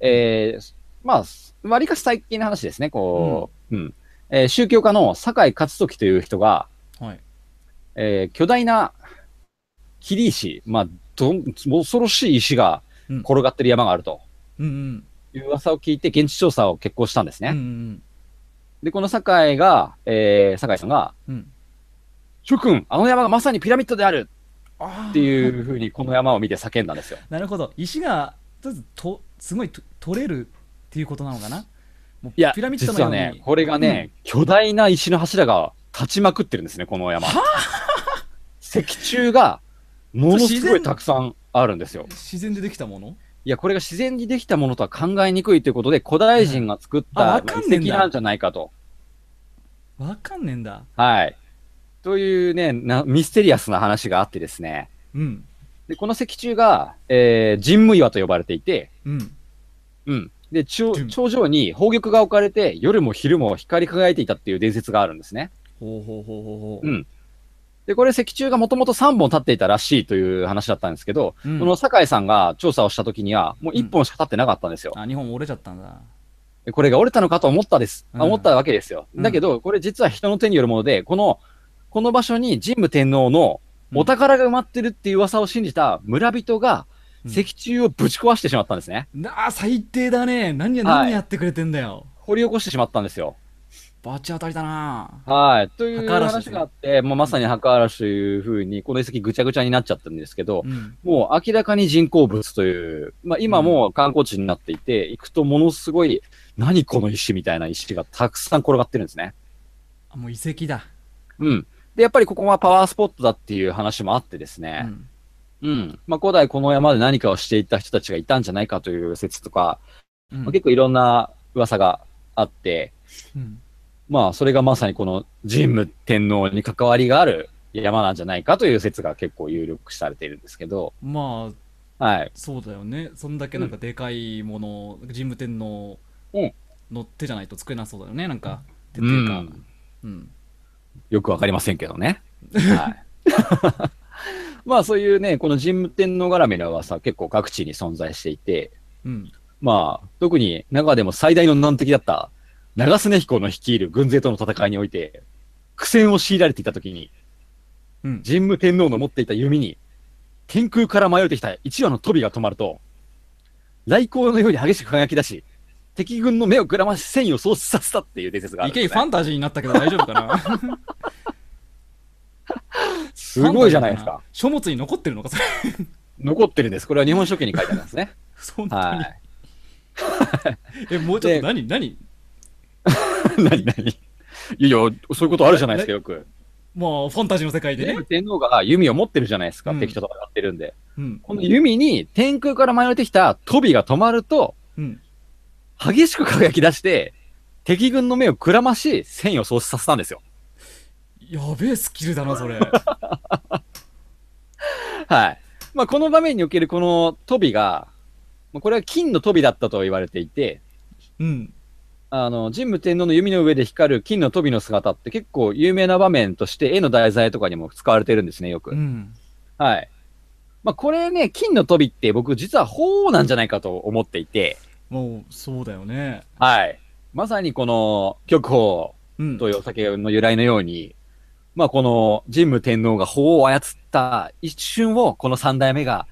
えー、まあ、わりかし最近の話ですね、こう、うん。えー宗教家の酒井勝時という人が、はい。えー巨大な切り石、まあ、どん、恐ろしい石がうん転がってる山があるとうんうん。いう噂を聞いて、現地調査を決行したんですね。うんうんで、この酒井が、えー、酒井さんが、うん。うん。諸君、あの山がまさにピラミッドであるあっていうふうに、この山を見て叫んだんですよ。なるほど。石が、とりあえずと、すごいと取れるっていうことなのかな。もういや、ピラミッドの実よはうに。ね、これがね、巨大な石の柱が立ちまくってるんですね、この山。石柱が、ものすごいたくさんあるんですよ。自然でできたものいや、これが自然にできたものとは考えにくいということで、古代人が作っうんあたわ遺かんねえんだ跡なんじゃないかと。わかんねえんだ。はい。というねな、ミステリアスな話があってですね。うん。で、この石柱が、えー、神武岩と呼ばれていて、うん。うん。で、頂神武頂上に宝玉が置かれて、夜も昼も光り輝いていたっていう伝説があるんですね。ほうほうほうほうほうんで、これ石柱がもともと3本立っていたらしいという話だったんですけど、うんこの酒井さんが調査をした時には、もう1本しか立ってなかったんですよ。あ、日本折れちゃったんだ。でこれが折れたのかと思ったです。あうん思ったわけですよ。うんだけど、これ実は人の手によるもので、この、この場所に神武天皇のお宝が埋まってるっていう噂を信じた村人が、うん石柱をぶち壊してしまったんですね。なあ、最低だね。何や、はい何やってくれてんだよ。掘り起こしてしまったんですよ。バチ当たりだな。はい。という墓荒らしです話ねがあって、もうまさに墓嵐というふうに、この遺跡ぐちゃぐちゃになっちゃったんですけど、うん。もう明らかに人工物という、まあ今もう観光地になっていて、行くとものすごい、何この石みたいな石がたくさん転がってるんですね。あもう遺跡だ。うん。で、やっぱりここはパワースポットだっていう話もあってですうね。ん。うん。まあ古代この山で何かをしていた人たちがいたんじゃないかという説とか、うんまあ結構いろんな噂があって、うんまあ、それがまさにこの神武天皇に関わりがある山なんじゃないかという説が結構有力視されているんですけど、まあはい。そうだよねそんだけなんかでかいもの、神武天皇うんの手じゃないと作れなそうだよねなんか手うっていうか、ん、うんよくわかりませんけどね。はい。まあ、そういうね、この神武天皇絡みの噂は結構各地に存在していて、うん、まあ、特に中でも最大の難敵だった長常彦の率いる軍勢との戦いにおいて、苦戦を強いられていたときに、うん、神武天皇の持っていた弓に、天空から舞い降りてきた一羽の飛びが止まると、雷光のように激しく輝き出し、敵軍の目をくらまし戦意を喪失させたっていう伝説があるん池で井す、ファね。ンタジーになったけど大丈夫かな すごいじゃないですか。書物に残ってるのかそれ残ってるんです。これは日本書紀に書いてあるんですね。本当に、はえもうちょっでと何何い。 なになにいや、そういうことあるじゃないですか、よく。まあファンタジーの世界でねね、天皇が弓を持ってるじゃないですか、うん敵と戦ってるんで。うんこの弓に天空から舞い降りてきた飛びが止まると、うん、激しく輝き出して、敵軍の目をくらまし、戦意を喪失させたんですよ。やべえスキルだなそれはい。まあ、この場面におけるこの飛びが、まあこれは金の飛びだったと言われていて、うんあの、神武天皇の弓の上で光る金の飛びの姿って結構有名な場面として絵の題材とかにも使われてるんですね、よく。うんはい。まあ、これね、金の飛びって僕実は鳳凰なんじゃないかと思っていて、もうそうだよねはい。まさにこの玉鳳うんというお酒の由来のように、まあこの神武天皇が法を操った一瞬をこの三代目が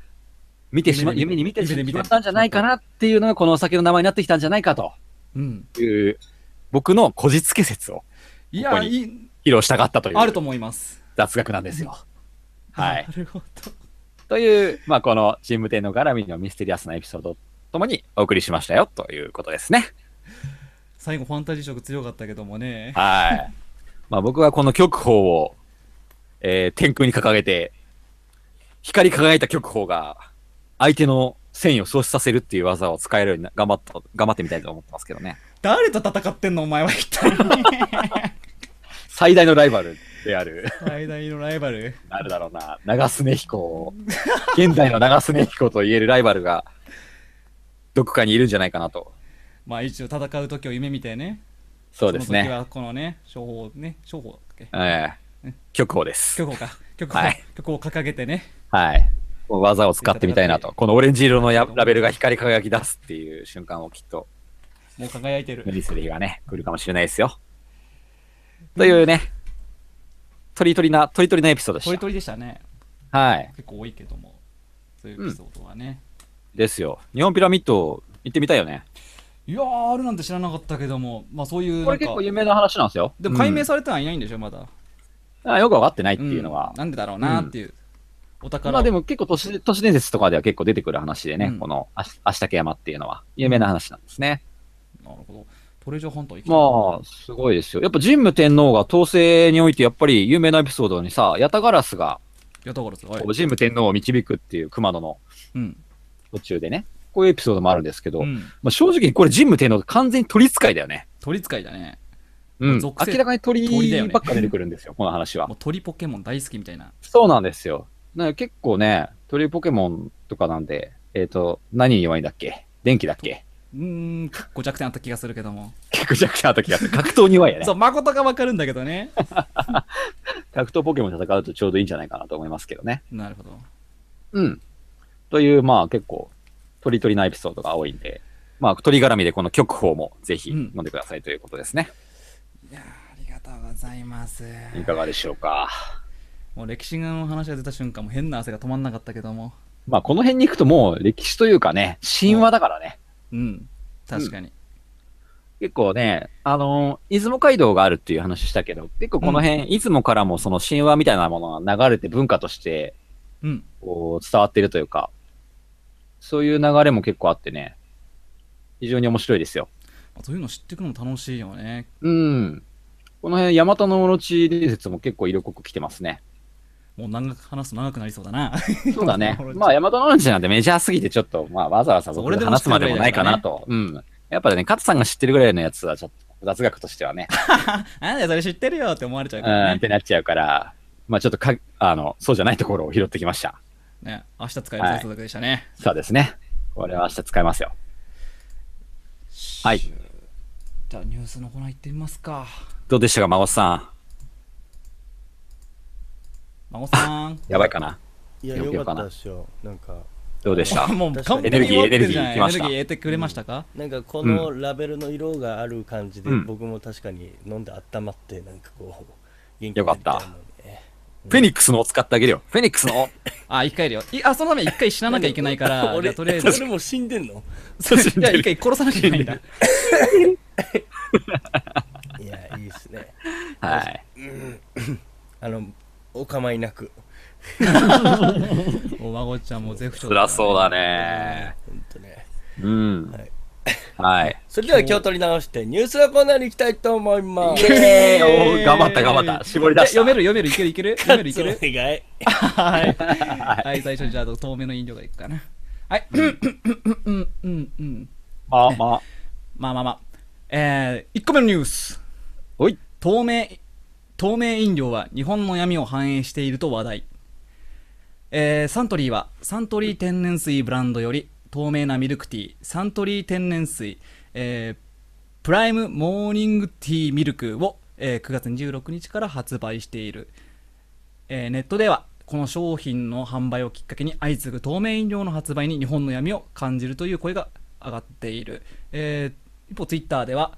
見てしま、夢に夢に見見ててし夢に見てまったんじゃないかなっていうのがこのお酒の名前になってきたんじゃないかとうんいう、僕のこじつけ説をいここやにいい披露したかったというあると思います雑学なんですよ。はいな。るほどという、まあこの神武天皇絡みのミステリアスなエピソードともにお送りしましたよということですね。最後ファンタジー色強かったけどもねはい。まあ僕はこの極宝を、えー天空に掲げて、光り輝いた極宝が相手の戦意を喪失させるっていう技を使えるようにな頑張った、頑張ってみたいと思ってますけどね。誰と戦ってんのお前は一体 最大のライバルである、 最大のライバルなるだろうな、長常彦を、現在の長常彦と言えるライバルが、どこかにいるんじゃないかなと。まあ一応戦う時を夢見てねそうですその時ね。はこのね商法ね商法だっけええ極宝です。曲をか曲を,、はい曲を掲げてねはい。こう技を使ってみたいなと。このオレンジ色のやラベルが光り輝き出すっていう瞬間をきっと、もう輝いてる無理する日がね、来るかもしれないですよ。というね、とりとりな、とりとりなエピソードで鳥し鳥でしたねた。はい。結構多いけどもそういうエピソードはね、ですよ。日本ピラミッド行ってみたいよね。いやーあるなんて知らなかったけどもまあそういうこなれんか結構有名な話なんですよ。でも解明さ、されてはいないんでしょまだ、あよくわかってないっていうのはん。なんでだろうなっていう、お宝をまあでも結構都市都市伝説とかでは結構出てくる話でね、うんこのあし足竹山っていうのは有名な話なんですね。なるほどトレジャーハンター行きたいなまあ、すごいですよ。やっぱ神武天皇が統制において、やっぱり有名なエピソードにさ、ヤタガラスがいやだからさ、はいこう神武天皇を導くっていう熊野のうん途中でね、こういうエピソードもあるんですけど、うん、まあ、正直これ神武天皇完全に鳥使いだよね。鳥使いだねうん。明属性らかに鳥鳥だよねばっか出てくるんですよ、この話はも。う鳥ポケモン大好きみたいなそうなんですよ。なんか結構ね、鳥ポケモンとかなんで、えっ、と、何に弱いんだっけ電気だっけうーん結構弱点あった気がするけども、 結構弱者な時があって格闘に弱いよねそう。誠がわかるんだけ どね格闘ポケモン戦うとちょうどいいんじゃないかなと思いますけどね。なるほどうん。という、まあ結構、鳥鳥なエピソードが多いんで、まあ鳥絡みでこの曲法もぜひうん飲んでくださいということですね。いやーありがとうございますいかがでしょうか。もう歴史の話が出た瞬間もう変な汗が止まんなかったけどもまあこの辺に行くともう歴史というかね、神話だからね、うん確かに、結構ね、あのー出雲街道があるっていう話したけど、結構この辺、出雲からもその神話みたいなものが流れて文化としてうん、こう伝わってるというか、そういう流れも結構あってね、非常に面白いですよ。そういうの知っていくのも楽しいよねうん。この辺、ヤマタノオロチ伝説も結構色濃く来てますね。もう長く話すと長くなりそうだな。そうだね 俺まあ、ヤマタノオロチなんてメジャーすぎて、ちょっと、まあ、わざわざそう僕俺ででも話知ってするまでもないかなと。うん。やっぱね、カツさんが知ってるぐらいのやつは、ちょっと、雑学としてはね、なんだよ、それ知ってるよって思われちゃううかん、らっね。てなっちゃうから、まあちょっとか、あの、そうじゃないところを拾ってきました。ね明日使える雑学でしたね。そうですね。これは明日使いますよ。はい。じゃあ、ニュースのコーナー行ってみますか。どうでしたか、孫さん。孫さ ん。やばいかないやよくよよかかったなっすよなんかどうでしたあもう確か完に璧に終わってるじゃエネルギーエネルギーいきないエネまルしたギー得てくれましたかなんかこのラベルの色がある感じで、うん僕も確かに飲んで温まってなんかこう元気によかったなもんねフェニックスのを使ってあげるよ。フェニック スのあ、一回やるよ。いあ、そのために一回死ななきゃいけないか ら、じゃ俺あとりあえ ず。俺もう死んでんのじゃあ一回殺さなきゃいけないん だ。いやいいっすねはい。あのお構いなくお孫ちゃんもゼフちょ辛そうだえね。ほんとねうんはい。はい。それでは気を取り直してニュースのコーナーに行きたいと思いますイエーイおー頑張った頑張った絞り出したいや読める読めるいけるい ける読めるいけるお願いはい。はい、最初にじゃあ、透明の飲料がいくかな。はい。 うん、うん、うん。まあまあ。まあまあまあ。えー、1個目のニュース。おい。透明、透明飲料は日本の闇を反映していると話題。えーサントリーは、サントリー天然水ブランドより、透明なミルクティー、サントリー天然水、えープライムモーニングティーミルクを、えー9月26日から発売している。えーネットではこの商品の販売をきっかけに相次ぐ透明飲料の発売に日本の闇を感じるという声が上がっている、えー一方ツイッターでは、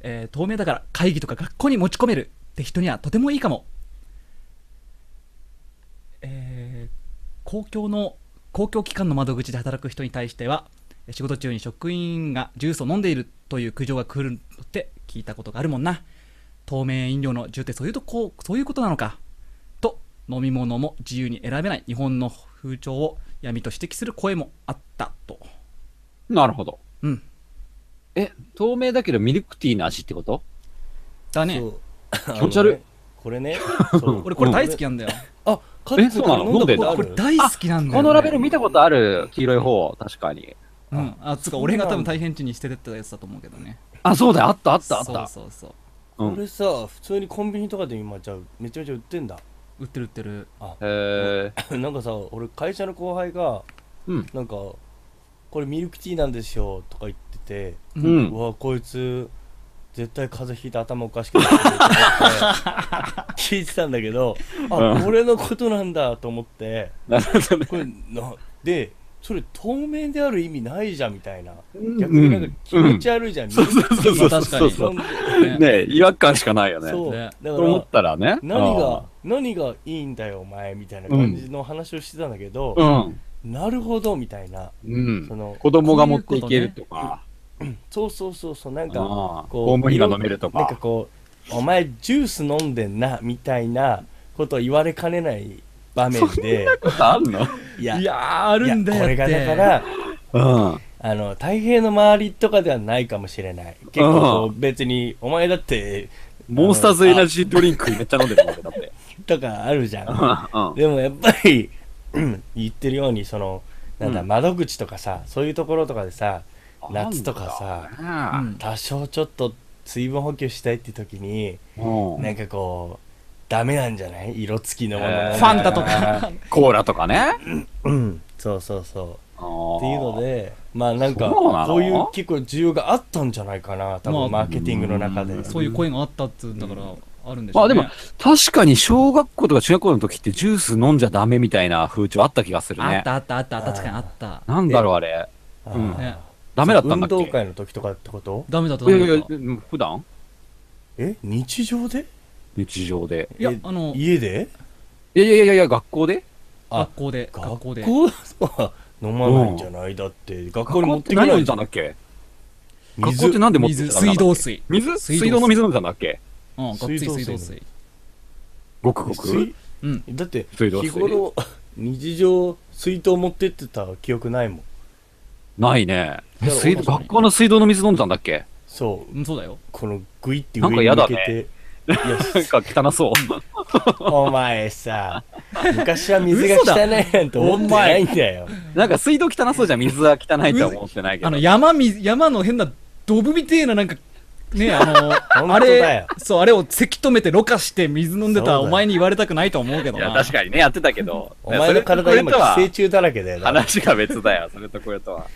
えー透明だから会議とか学校に持ち込めるって人にはとてもいいかも、えー公共の公共機関の窓口で働く人に対しては仕事中に職員がジュースを飲んでいるという苦情が来るって聞いたことがあるもんな透明飲料の重点そういうとこうそういうことなのかと飲み物も自由に選べない日本の風潮を闇と指摘する声もあったとなるほど。うんえ、透明だけどミルクティーの味ってこと だねそう気持ち悪いあのねこれね そう俺これ大好きなんだよ、あカッえそうなのこれ飲んだここれとある大好きなんだよ、ね、このラベル見たことある黄色い方、確かに。うんあつうか俺が多分大変地に捨ててったやつだと思うけどねあ、そうだよ。あったあったあった。そうそうそううんこれさ普通にコンビニとかで今じゃあめちゃめちゃ売ってんだ 売ってる売ってるへえ。なんかさ俺会社の後輩がうん。なんかこれミルクティーなんですよとか言っててううんうわこいつ絶対風邪ひいて頭おかしくなって ると思って聞いてたんだけどうあん俺のことなんだと思ってなるほどね。これなでそれ透明である意味ないじゃんみたいなうん逆になんか気持ち悪いじゃん、そうそうそうそうそうそうそそんう。でねね違和感しかないよね。そうねだとか思らったらね。何が何がいいんだよお前みたいな感じの話をしてたんだけど、うん。なるほどみたいなうんそ。の子供が持っていけるとか、そうそうそうそうなんかああこうホームリーが飲めるとかなんかこうお前ジュース飲んでんなみたいなことを言われかねない場面であんのいやいやーあるんだよいやこれがだからうん。あの太平の周りとかではないかもしれない結構こう別にお前だってモンスターズエナジードリンクめっちゃ飲んでるもんね、だって。とかあるじゃんうん。でもやっぱりうん言ってるようにそのなんだ、うん窓口とかさそういうところとかでさ 夏とかさうさん多少ちょっと水分補給したいって時に、うんなんかこうダメなんじゃない色付きのもの、えーファンタとか コーラとかね。うんそうそうそうっていうので、でまあなんかそうなのこういう結構需要があったんじゃないかな多まあ分マーケティングの中で、うんそういう声があったっつうんだからあるんでしまょあう、ねでも、確かに小学校とか中学校の時ってジュース飲んじゃダメみたいな風潮あった気がするあっね。たあったあった確かにあったなんだろうあれ。あーうんねダメだったんだ運っけ動会の時とかってことダメだったいダやメいだやっ、た普段え日常で日常で。いやえあの家でいやいやいやいや、学校であ学校で学校で学校は飲まないんじゃないだって学校に持ってこ何な飲いんじゃじゃんんだっけ学校っ水てなんで持って水きちゃダメな水んだっ道け水水水道水水道の水飲んじゃんだっけうんごっつい水道水ごくごく水うんだって水道水日頃 日常水筒持ってってた記憶ないもんないね。えだから水道学校の水道の水飲んでたんだっ けそううんそうだよこのグイってな上んにかやだ向けねて、なんか汚そう。お前さ昔は水が汚いなんて思ってないんだよ なんか水道汚そうじゃん水は汚いとは思ってないけあどの。山み山の変なドブみてえななんかね、あの、あ本当だれよ、そう、あれをせき止めてろ過して水飲んでそうただよお前に言われたくないと思うけどいな。や、確かにね、やってたけど。 お前の体それ今寄生虫だらけだよとこれとはな。話が別だよ、それとこれとは。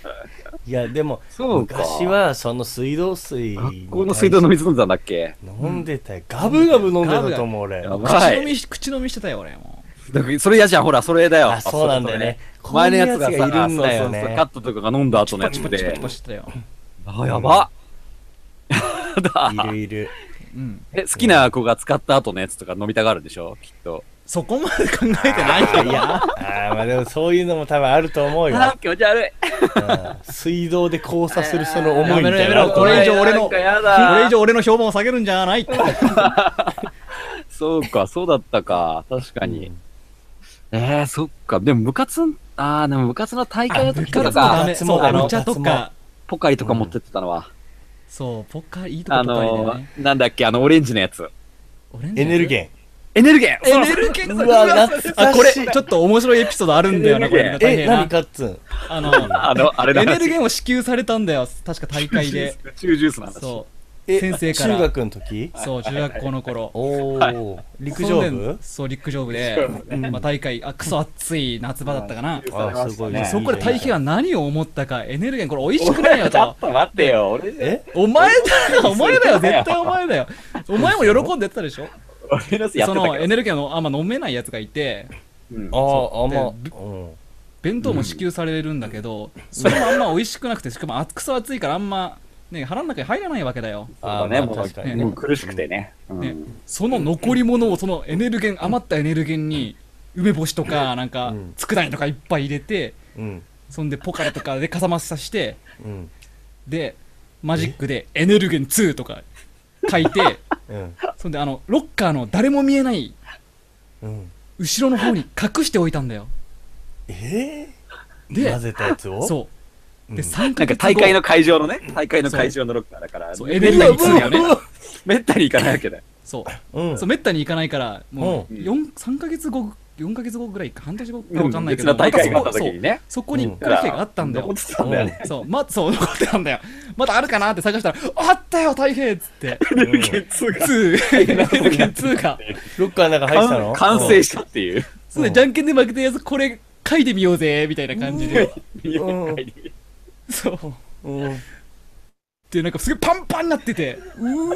いやでもそうか昔はその水道水学校の水道の水飲んでたんだっけ飲んでたよガブガブ飲んでたと思う俺やば口は飲みい。し、口飲みしてたよ、俺も。だからそれ嫌じゃん、ほら、それだよ。あそうなんだよねそういうことね前のやつがこういうやつがさ、いるんだそよねうそうそうカットとかが飲んだ後のやつチパチパチでパ。してたよ。あ、やば。 いる いるうん。え、好きな子が使った後のやつとか飲みたがるでしょきっと。そこまで考えて ないけど。いや、ああまあでもそういうのも多分あると思うよ、あ、気持ち悪い。うん水道で交差するその思いやめみたろいなやめろ、これ以上俺なの、んこかれやだ以上俺の評判を下げるんじゃないって。そうか、そうだったか。確かに。えー、そっか。でも部活、あー、でも部活の大会の時部と活もダか、メ、夏そもう、あのお茶とか、ポカリとか持ってってたのは。そう、ポッカいいとこあポカリだよのね。ー、なんだっけ、あの、オレンジのやつ。オレンジエネルゲンエネルゲンエネルゲンうわ懐あ、こかれ、しいちょっと面白いエピソードあるんだよな、これ。大え変な何。カッツン あの、あの、あれだ。エネルゲンを支給されたんだよ、確か大会 で。宇宙ジュースの話。そえ先生から中学の時う、そう、中学校の頃。おお、陸上部そう、陸上部で、まあ大会、あ、クソ暑い夏場だったかな。あすごいねそこで大平は何を思ったか、エネルゲン、これ美味しくなないいよよちょと っ。と待ってよ、俺、えお前だよ、お前だよ、絶対お前だよ。お前も喜ん でやってたでしょ俺のやつやっそてたのけエど。ネルゲンのあんま飲めないやつがいて、うんあああんま、でうん弁当も支給されるんだけど、それもあんま美味しくなくて、しかも暑くそ暑いからあんま、ね、腹の中に入らないわけだよ。そうだね、あーもまあ確かう、にもう苦しくてね。うねん、その残り物を、そのエネルゲン、余ったエネルゲンに、梅干しとか、なんかうん、佃煮とかいっぱい入れて、うんそんでポカリとかでかさ増しさして、うんで、マジックでエネルゲン2とか書いて、うんそんであの、ロッカーの誰も見えないうん後ろの方に隠しておいたんだよ。えー、で混、ぜたやつをそう。で、うんな3ヶんか月大会後、の会場のね、大会の会場のロッカーだから、そうエネルギめーったに強いよねめったに行かないわけだよ。そうう、んそうめったに行かないから、もううん4、3ヶ月後、4ヶ月後ぐらいか、半年後かわかんないけ別ど、の大会があまったそこ時にね。そうそこに行く機だか会らがあったんだよ残。ってたんだよね。そう、ま、そう、残ってたんだよ。まだあるかなって探したら、あったよ、大変っつって。うん2、2が。ロッカーの中入ってたの完完成したっていう。そうで、じゃんけんで負けたやつ、これ、書いてみようぜ、みたいな感じで。 うんそう。うんうんで、なんかすげえパンパンになってて、う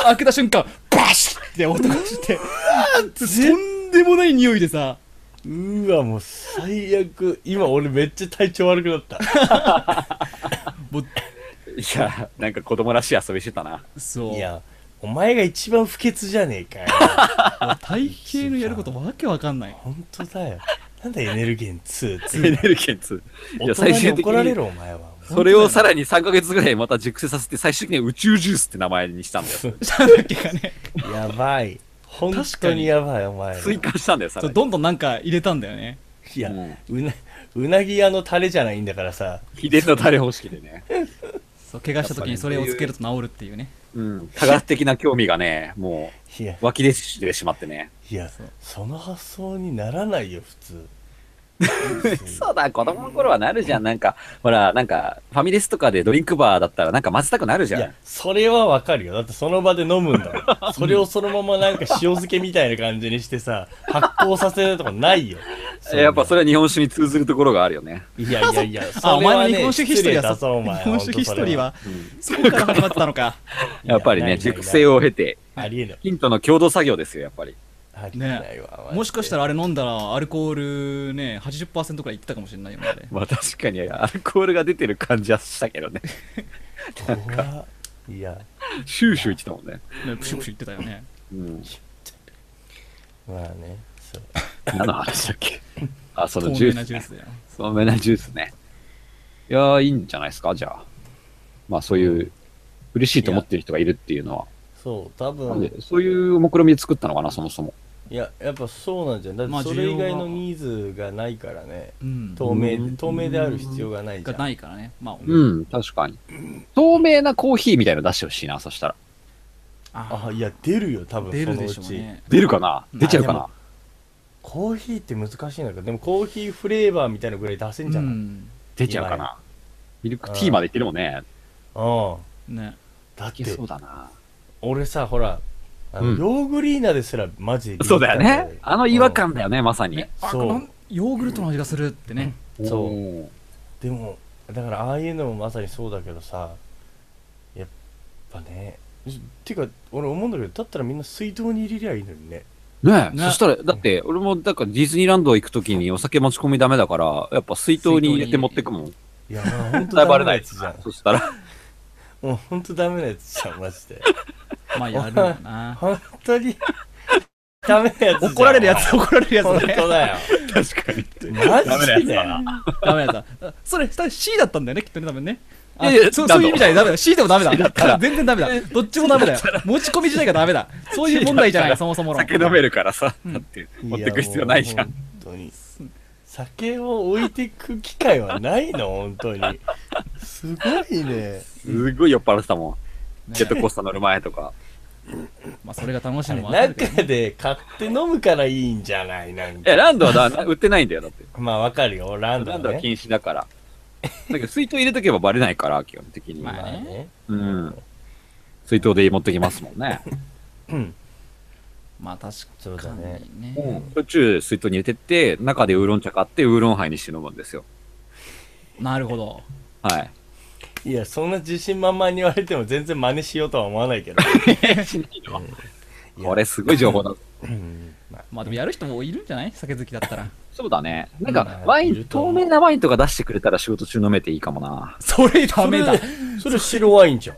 ー開けた瞬間、バシッって音がして、とんでもない匂いでさ、うーわもう最悪今俺めっちゃ体調悪くなったもういや、なんか子供らしい遊びしてたな。そう。いやお前が一番不潔じゃねえかよ 体型のやることわけわかんない。本当だよなんだエネルギー2エつネルゲン2。いや、大最人終に的怒られに、るお前はそれをさらに3ヶ月ぐらいまた熟成させて、最終的には宇宙ジュースって名前にしたんだよ。なんだっけかね。やばい本当にやばいお前追加したんだよ、さらそうに。どんどんなんか入れたんだよね。いや、うんうなうなぎ屋のタレじゃないんだからさ秘伝のタレ方式でね。そう怪我した時にそれをつけると治るっていうね。うん。科学的な興味がね、もいやう、湧き出してしまってね。いやその発想にならないよ普通そうだ、子供の頃はなるじゃん。なんか、ほら、なんか、ファミレスとかでドリンクバーだったら、なんか混ぜたくなるじいゃやん。それはわかるよだってその場で飲むんだ もんそれをそのままなんか塩漬けみたいな感じにしてさ発酵させるとかないよえやっぱそれれは日本酒に通ずるところがあるよね。いやいやいや あ、そおれは前ねの日本酒ヒストリー失礼だはぞ お日前本酒ヒストリーは、そこから始まってたの か。やっぱりね、熟成をを経て、ありえないヒントの共同作業ですよ、やっぱり。ありえないわもしかしたららあれ飲んだらアルコールね、80%くらいいってたかもしれないよね。あれまあ確かに、アルコールが出てる感じはしたけど ね。いやシューシュー言ってたもんね。ねプシュプシュいってたよね。うん。まあねそう何の話だっ けあ、そ透のジュ明なース、ジューね。スだよ。透明なジュースね。いやー、いいんじゃないですか、じゃあ。まあそういう、嬉しいと思ってる人がいるっていうのは。そう多なん分で、そういう目論見みで作ったのかな、そもそも。いややっぱそうなんじゃんだってまあそれ以需外要のがニーズがないからねうん。透う明ん透明である必要がないじゃがんないからね。まあ、うん、確かに。透明なコーヒーみたいなの出してほしいな、そしたら。あいや出るよ多分出そるのでうしょうちね。出るかなうん出ちゃうかあでなもコーヒーって難しいんだけどでもコーヒーフレーバーみたいなのぐらい出せんじゃうないん出ちゃうかなミルクティーまでいってるもんね。うんね。出だっいけてそうだな。俺さほらあの、うんヨーグリーナですらマジでビビそうっただんよね。あの違和感だよね、まさにね。、あそうなんヨーグルトの味がするってね。そうう。でもだからああいうのもまさにそうだけどさやっぱねてか俺思うんだけどだったらみんな水道に入れりゃいいのにねねえ、ねそしたら、だって、俺も、だからディズニーランド行くときにお酒持ち込みダメだから、やっぱ水筒に入れて持ってくもん。いやまあ本当バダレなメないやでつ すじゃんそしたら、もう本当ダメなやつじゃんマジでまあ、やるよ な。本当にダメなやつじゃん怒られるやつ、怒られるやつ本ね。当だよ確かに。マジでダメだった。それ、下 C だったんだよね、きっとね、多分ね。あいやいやそうなそんだういう意味じゃない、ダメだ。C でもダメだ。だったら全然ダメだ。どっちもダメだよ。持ち込み自体がダメだ。そういう問題じゃなだい、そもそも論。酒飲めるからさ、んだって、持ってく必要ないじゃん。やもう本当に酒を置いてく機会はないの本当にすごいねすごい酔っ払ってたもん。ねジェットコースター乗る前とか。まあ、それが楽しいあのもれあるけど。中で買って飲むからいいんじゃないなんえ、かランドはだ 売ってないんだよ、だって。まあわかるよランドラはンドはね禁止だから。だけど、水筒入れとけばバレないから、基本的に。まあねうん。水筒で持ってきますもんね。うんまあ、確そうかだにねね。途中、水筒に入れてって、中でウーロン茶買って、ウーロンハイにして飲むんですよ。なるほど。はい。いやそんな自信満々に言われても全然真似しようとは思わないけどいやこれすごい情報だ。うんまあまあ、でもやる人もいるんじゃない酒好きだったら。そうだね。なんかう、んワイいン、ると思透う明なワインとか出してくれたら仕事中飲めていいかもな。それダメだ。それ白ワインじゃん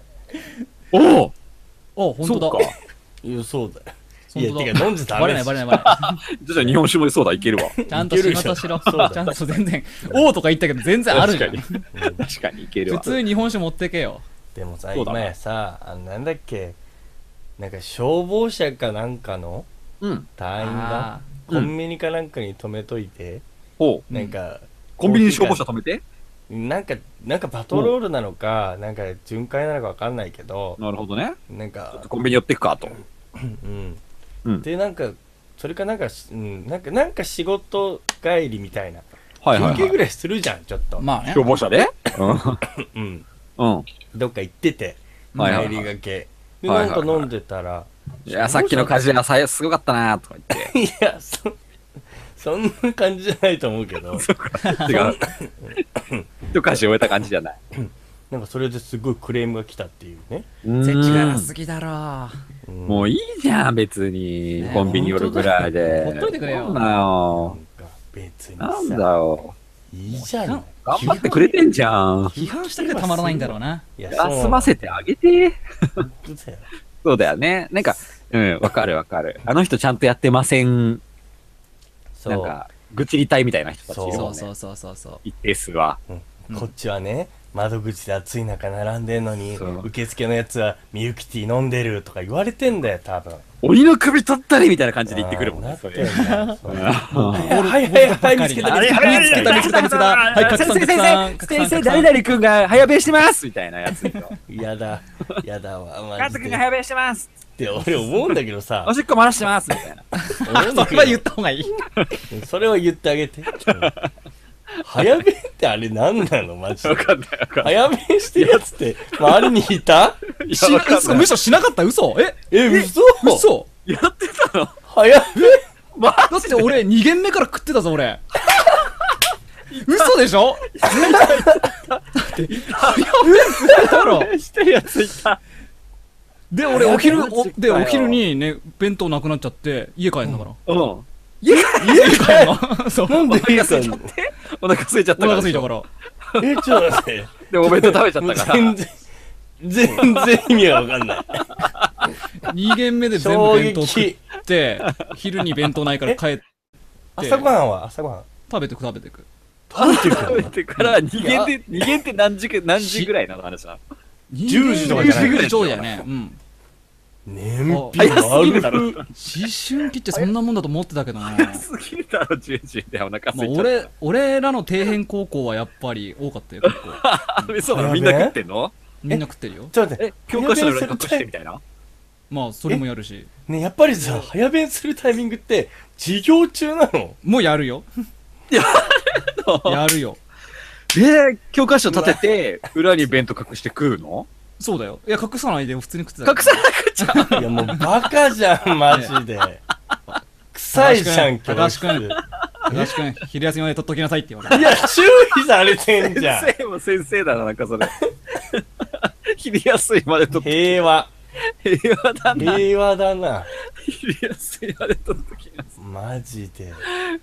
おおお、本当だ。そうか。いやそうだよい本当だやてか飲んじゃダバレメでないすバレないバレなじゃあ日本酒もそうだ、いけるわ。い。ちゃんと仕事しろ。ちゃんと全然、おうとか言ったけど全然あるじゃん。 確かにいける普わ。通に日本酒持ってけよ。でもさそうだ今なやさあなんだっけなんか消防車かなんかのうん。隊員があコンビニかなんかに止めといて、ほう。なんかコンビニに消防車止めてなんかなんかパトロールなのかなんか巡回なのかわかんないけどなるほどね。なんかコンビニ寄ってくかと。うん、うんでなんかそれかなんか、うん、なんかなんか仕事帰りみたいなはいはい休は憩いぐ。らいするじゃんちょっと、ーまあね。消防車でうん、うん。うん。どっか行っててはいはい帰りはがい。けではいはないんはいか飲んでたらいや、さっきの火事はさすごかったなとか言っいやそ そんな感じじゃないと思う けどて。違う。 一火事終えた感じじゃない。なんかそれですごいクレームが来たっていうね、うん世知辛すぎだろ。うんもういいじゃん、別にね。コンビニ寄るぐらいで。ほっといてくれなよんだよ。なんか別になさんだよ。いいじゃん頑張ってくれてんじゃん。批判したくてたまらないんだろうな。いや休ませてあげて。そう本当だよそうだよね。なんか、うん、わかるわかる。あの人ちゃんとやってません。そうなんか、愚痴りたいみたいな人たちいるそもんうね。そうそうそうそう。一定数は。うんこっちはね窓口で暑い中並んでんのにそう受付のやつは「ミユキティ飲んでる」とか言われてんだよ多分鬼の首取ったりみたいな感じで言ってくるもんあーなねっ。そてんれだよ そううんはいはいはいはい見つけたあれ、見早いつけた見つけた見つけた見つけたはい先拡散生、先生、拡散先生、拡散誰々君が早弁してますみたい なやつ。カ やだやだわマズジ君でがっ早弁してますて俺思うんだけど さおしっこ漏らしてますみたいな。俺そのれは言った方がいい。それは言ってあげて早弁ってあれ何なのマジでかんないわかんない早弁してるやつって周りにいたいしやわかんない嘘むしろしなかった嘘ええ嘘嘘やってたの早弁だって俺2軒目から食ってたぞ俺 嘘でしょだって早めだろしてるやついた。で俺お昼マおでジかよお昼にね弁当なくなっちゃって家帰るんだかうら、ん。家帰るのそうなんで言えたのお腹空いちゃったおから。腹すいたからえちょっと待ってで、お弁当食べちゃったから。全然全然意味が分かんない2軒目で全部弁当食って昼に弁当ないから帰って 朝ごはんは朝ごはん食べてく食べてく食べてから、逃げて、逃げて何時、何時ぐらいなの話なの10時とかじゃない10時そうだよねうん燃費早すぎるだ悪ろ。思春期ってそんなもんだと思ってたけどね早すぎるだろ、10時でお腹空まあ、いちゃっ俺俺らの底辺高校はやっぱり多かったよ結構 た。あ、そうなのみんな食ってんのみんな食ってるよ ちょっと待っえて、教科書の裏に隠してみたいなまあそれもやるしねやっぱりさ早弁するタイミングって授業中なのもうやるよ やるよ えー、教科書立てて、裏に弁当隠して食うのそうだよ。いや、隠さないで普通に食ってたよ隠さなくちゃいやもうバカじ ゃん、マジで。臭いじゃん、高教橋室。君い高橋君、昼休みまで取っときなさいって言われて。や、注意されてんじゃん。先生も先生だな、なんか それ。昼休みまでとって、平和。平和だな。平和だな。昼休みまでとっときなさマジで。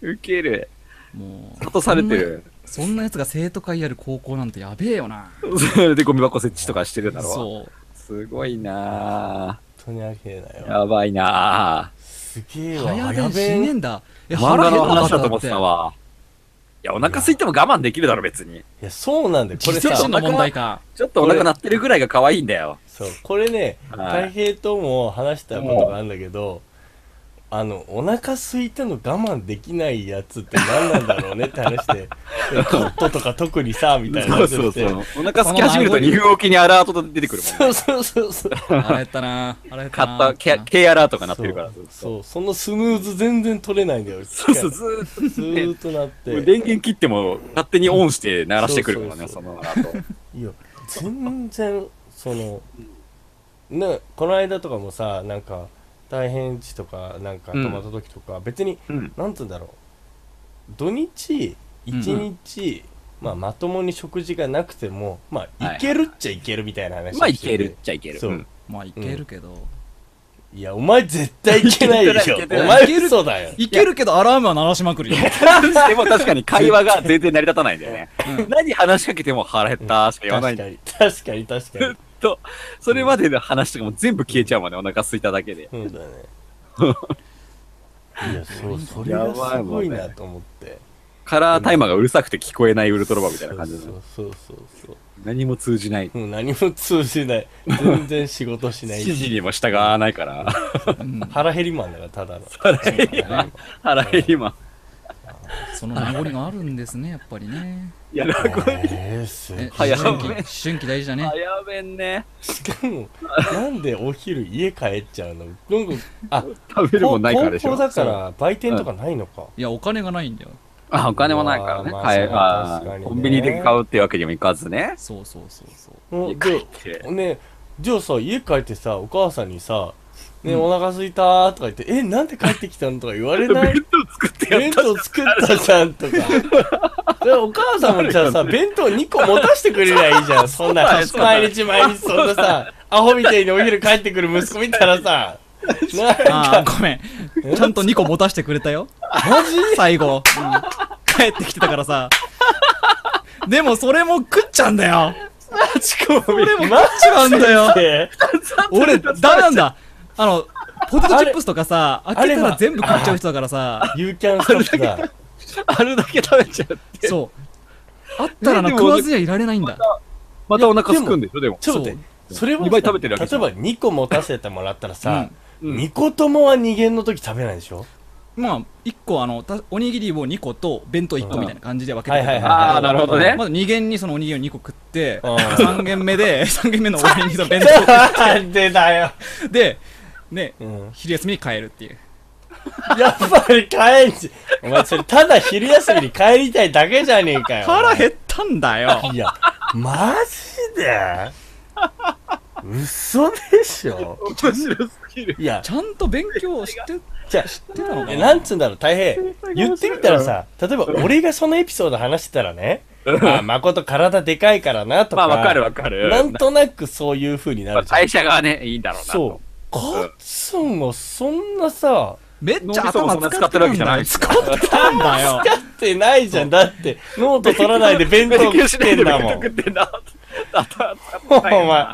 い。ウケる。もう、諭されてる。そんな奴が生徒会やる高校なんてやべえよな。それでゴミ箱設置とかしてるだろ。そう。すごいな本当にありえぁ。ないわ。やばいなすげえわ。早やで死べねえ。んだ。え、ぁ。漫腹画減のんなか話っだたとっ思っててた。わ。いや、お腹空いても我慢できるだろ、別に。いや、そうなんだよ。これ自さ制、心の問 題か。ちょっとお腹鳴ってるぐらいが可愛いんだよ。そう、これね、はい太平とも話したことがあるんだけど、あの、お腹空いたの我慢できないやつって何なんだろうねって話 で、でカットとか特にさ、みたいな話して。お腹空き始めると2分おきにアラート出てくるもんね。そうそうそうそう。腹減ったな。腹減った買な。った、K- K アラートが鳴ってるから。そうそうそうそのスヌーズ全然取れないんだよそうそう、ずずーっとーっとなって電源切っても勝手にオンして鳴らしてくるからそうね、そそうの後。いや全然そのねこの間とかもさなんか大変地とかなんかうん泊まった時とか、別にうん。なんつうんだろう土日一日、まあ、まともに食事がなくてもまはあいいけるっちゃいけるみたいな話をしててまあ、いけるっちゃいける。そうんまあ、いけるけど。いやお前絶対いけないでしょいけておないいけてない前嘘だよいけるけど、アラームは鳴らしまくるよ。でも確かに会話が全然成り立たないんだよ ね。何話しかけても腹減ったしか言わない確んだかよ。に確かに確かにと、それまでの話とかも全部消えちゃうまでお腹空いただけで。そうだね。いや、 そう、それやがばいすもごんねいなと思って。カラータイマーがうるさくて聞こえないウルトラバーみたいな感じそで。うそうそうそう何も通じない。そう。もう何も通じない。全然仕事しな 指い。示にも従わないから。うん腹減りマンだから、ただ の。腹減りマン。腹減りマン。その名残があるんですね、やっぱりね。いや、なんか、えー、す えごい早め思春期大事だね。早めんね。しかも、 なんでお昼家帰っちゃうのなんか、あ、食べるもんないからでし高ょ校。だから、売店とかないのか。いや、お金がないんだよ。あ、お金もないからね。まあはい、まあ確かあにねコンビニで買うってわけにもいかずね。そうそうそうそう。もう帰でって。ねじゃあさ家帰ってさお母さんにさ「ね、うんお腹空いた」とか言って「えなんで帰ってきたの?」とか言わ れ弁ない当作ってや弁った。当作ったじゃんとか。 でお母さんもじゃあさ、弁当2個持たせてくれりゃいいじ ゃん。そんなそうだよ、毎日毎日そんなさ、アホみたいにお昼帰ってくる息子見たらさ、 なんか、ああ、ごめん。ちゃんと2個持たせてくれたよ。マジ最後。うん帰ってきてたからさ。でもそれも食っちゃうんだよ。それも食っちゃうんだ よ。で俺、だめなんだ。あの、ポテトチップスとかさ、開けたあれらは全部食っちゃう人だからさ、ユーキャンスタッフだ。あるだけ食べちゃう。そう。あったらな、でも食わずにはいられないんだ。またお腹すくんでしょ、でも。ちょっと待って、それは二さ倍食べてるわけじ例ゃえんば2個持たせてもらったらさ、うん2個ともは2限の時食べないでしょまあ、1個、あの、たおにぎりを2個と弁当1個みたいな感じで分けはていはいはい。あーなるほどねまず2軒にそのおにぎりを2個食って、うん3軒目で、3軒目のおにぎりの弁なんでだよ。当で、ね、うん昼休みに帰るっていう。やっぱり帰んじ。お前それただ昼休みに帰りたいだけじゃねえかよ。腹減ったんだよ。いや、マジで嘘でしょ面白すぎる。いや、ちゃんと勉強して、じゃてたのかあ、ななんつうんだろう、大変。言ってみたらさ、例えば俺がそのエピソード話してたらね、あ、誠体でかいからなとまか、あ、わかるわかる。なんとなくそういう風になるじゃん。会社がね、いいんだろうなと。そう。カッツンはそんなさ、めっちゃ脳みそもそん頭な使使っっててるるわわけけじじゃゃな。ないい使ったんだよ。使ってないじゃん。だって、ノート取らないで弁当食ってんだも 勉強しないで弁ん当。食ってんだ。お前。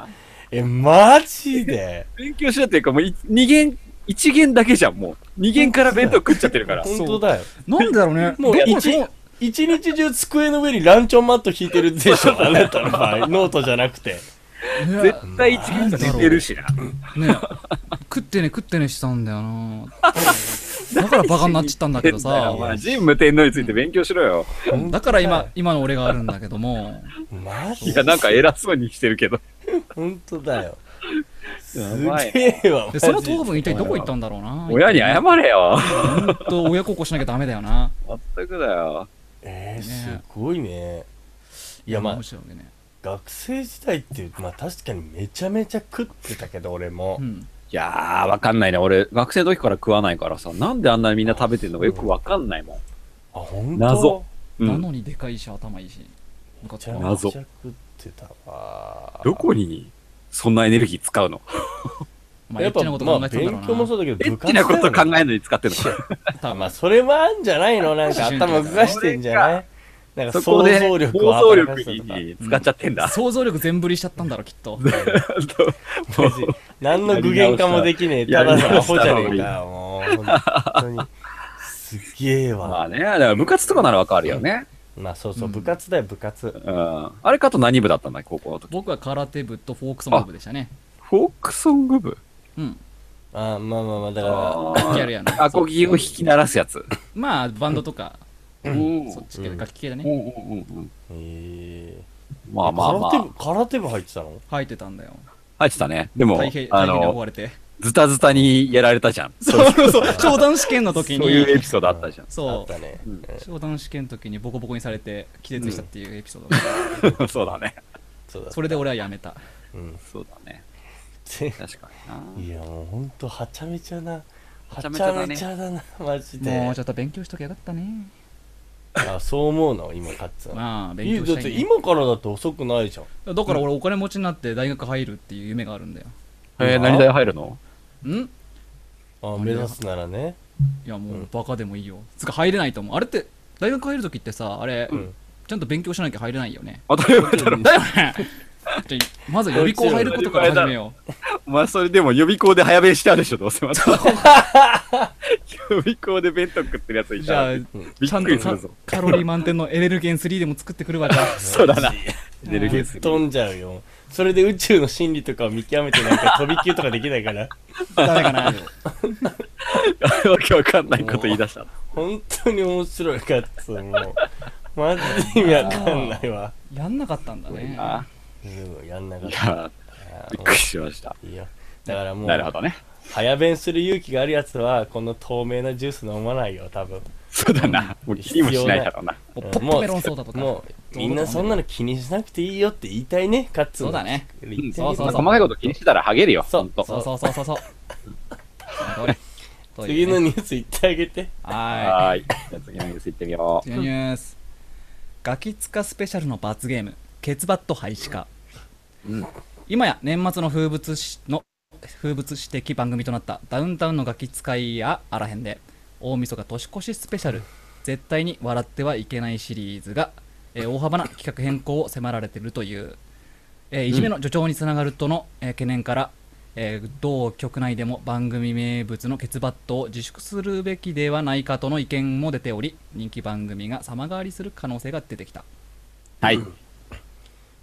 え、マジで勉強しないっていうか、もうい二限、一限だけじゃん、もう。二限から弁当食っちゃってるから。本当だよ。なんでだろうね。もうで一そう一日中机の上にランチョンマット引いてるでしょ、あなたの場合。ノートじゃなくて。ね絶対一限寝てるしな。ね食ってね食ってねしたんだよな。だからバカになっちゃったんだ けどだよさお。前、神武天皇について勉強しろよ。だから今、今の俺があるんだけども。マいジや、なんか偉そうにしてるけど。本当だよ。すやばいげえわ、マでジその糖分一体どこ行ったんだろうな。親に謝れよ。ほんと親孝行しなきゃダメだよな。まったくだよ。えー、ねすごいね。いや、まあ面、白いね。学生時代ってまあ確かにめちゃめちゃ食ってたけど俺も、うん。いやー、わかんないね。俺、学生の時から食わないからさ、なんであんなにみんな食べてんのかよくわかんないもあ本当謎ん。う、なんのにでかいし、頭いいし。ムカめつちくゃわなめちゃ食ってたわどこにそんなエネルギー使うのまあ、エッチなこと考えてるん勉だ強ろもうな。そうだけどエ部ッ活チだなよねこと考えるのに使ってる多分 まあそれもあるんじゃないのなんか思春期だから頭動かしてんじゃないなんの。かそこ想で、像力を想像働か力せてたに使っちゃってんだ。想像力全振りしちゃったんだろ、きっ と。マジ何の具現化もできねえやたり直だしたのアホじゃねえかよもう本当にすげえまわあね、だから部活とかならわかるよね。まあそうそううん部活だよ部活うん。あれかと何部だったんだ高校の時。僕は空手部とフォークソング部でしたね。フォークソング部うん。ああまあまあまあだかあ ギャールやな。アコギを弾き鳴らすやつ。まあ、バンドとか、うんそっち系、うん楽器系だうんうね。んうんうんらええまあまあま空手あ部。空手部入ってたの入ってたんだよ。入ってたね。でも大変、、あ大変に追の、われて。ズタズタにやられたじゃん。 そうそうそう、商談試験の時そういうエに、ピソードあったじゃん。あっそたねうんう、商談試験の時にボコボコにされて、気絶したっていうエピ ソードが。そうだね。そうだそれで俺はやめた。うん そうだね。ぜ確かにいやもうほんとはちゃめちゃなははちちゃゃめめちちゃゃだだねなマジもでうちょっと勉強しときゃよかったね。あそう思うの今カッツンまあ、い勉強やだしったてい、ね。今からだと遅くないじゃんだから俺お金持ちになって大学入るっていう夢があるんだよ。な。えー、何大入るのんいあ目指すならねやもううんバカでもいいよ。つうか入れないと思う。あれって、大学入る時ってさ、あれ、うんちゃんと勉強しなきゃ入れないよね。当たり前だろ。だよねじゃあまず予備校入ることから始めよう。お前それでも予備校で早弁してあるでしょ、どうせま た。予備校で弁当食ってるや ついじたゃあら、び、ちゃっんくりとするカぞ。カロリー満点のエネルゲン3でも作ってくるわ、じゃあ。そうだな。エネルギーすぎる飛んじゃうよそれで宇宙の真理とかを見極めてなんか飛び級とかできないから ダメかな。わけわかんないこと言い出した。本当に面白いかっつうもうマジで意味わかんないわやんなかったんだね。あうんやんなかっいたや、 びっくりしました。いいよだからもなるほうどね。早弁する勇気があるやつはこの透明なジュース飲まないよ多分そうだな。もう気にもしないだろうな。ポうんップメロンソーダとか。もうみんなそんなの気にしなくていいよって言いたいねカッツンそうだね言ってそみうるそう細そうかいこと気にしてたらハゲるよ。そうほんとそうそうそうそうそう。その通りそうい次うねのニュース言ってあげてははーい。じゃあ次のニュース行ってみよい。 次のニュース。ガキツカスペシャルの罰ゲーム、ケツバット廃止化。うん今や年末の風物詩の風物詩的番組となったダウンタウンのガキ使いやあらへんで、大晦日年越しスペシャル、絶対に笑ってはいけないシリーズが、えー大幅な企画変更を迫られているという、えーいじめの助長につながるとの、えー懸念から、えー同局内でも番組名物のケツバットを自粛するべきではないかとの意見も出ており人気番組が様変わりする可能性が出てきたう。はい。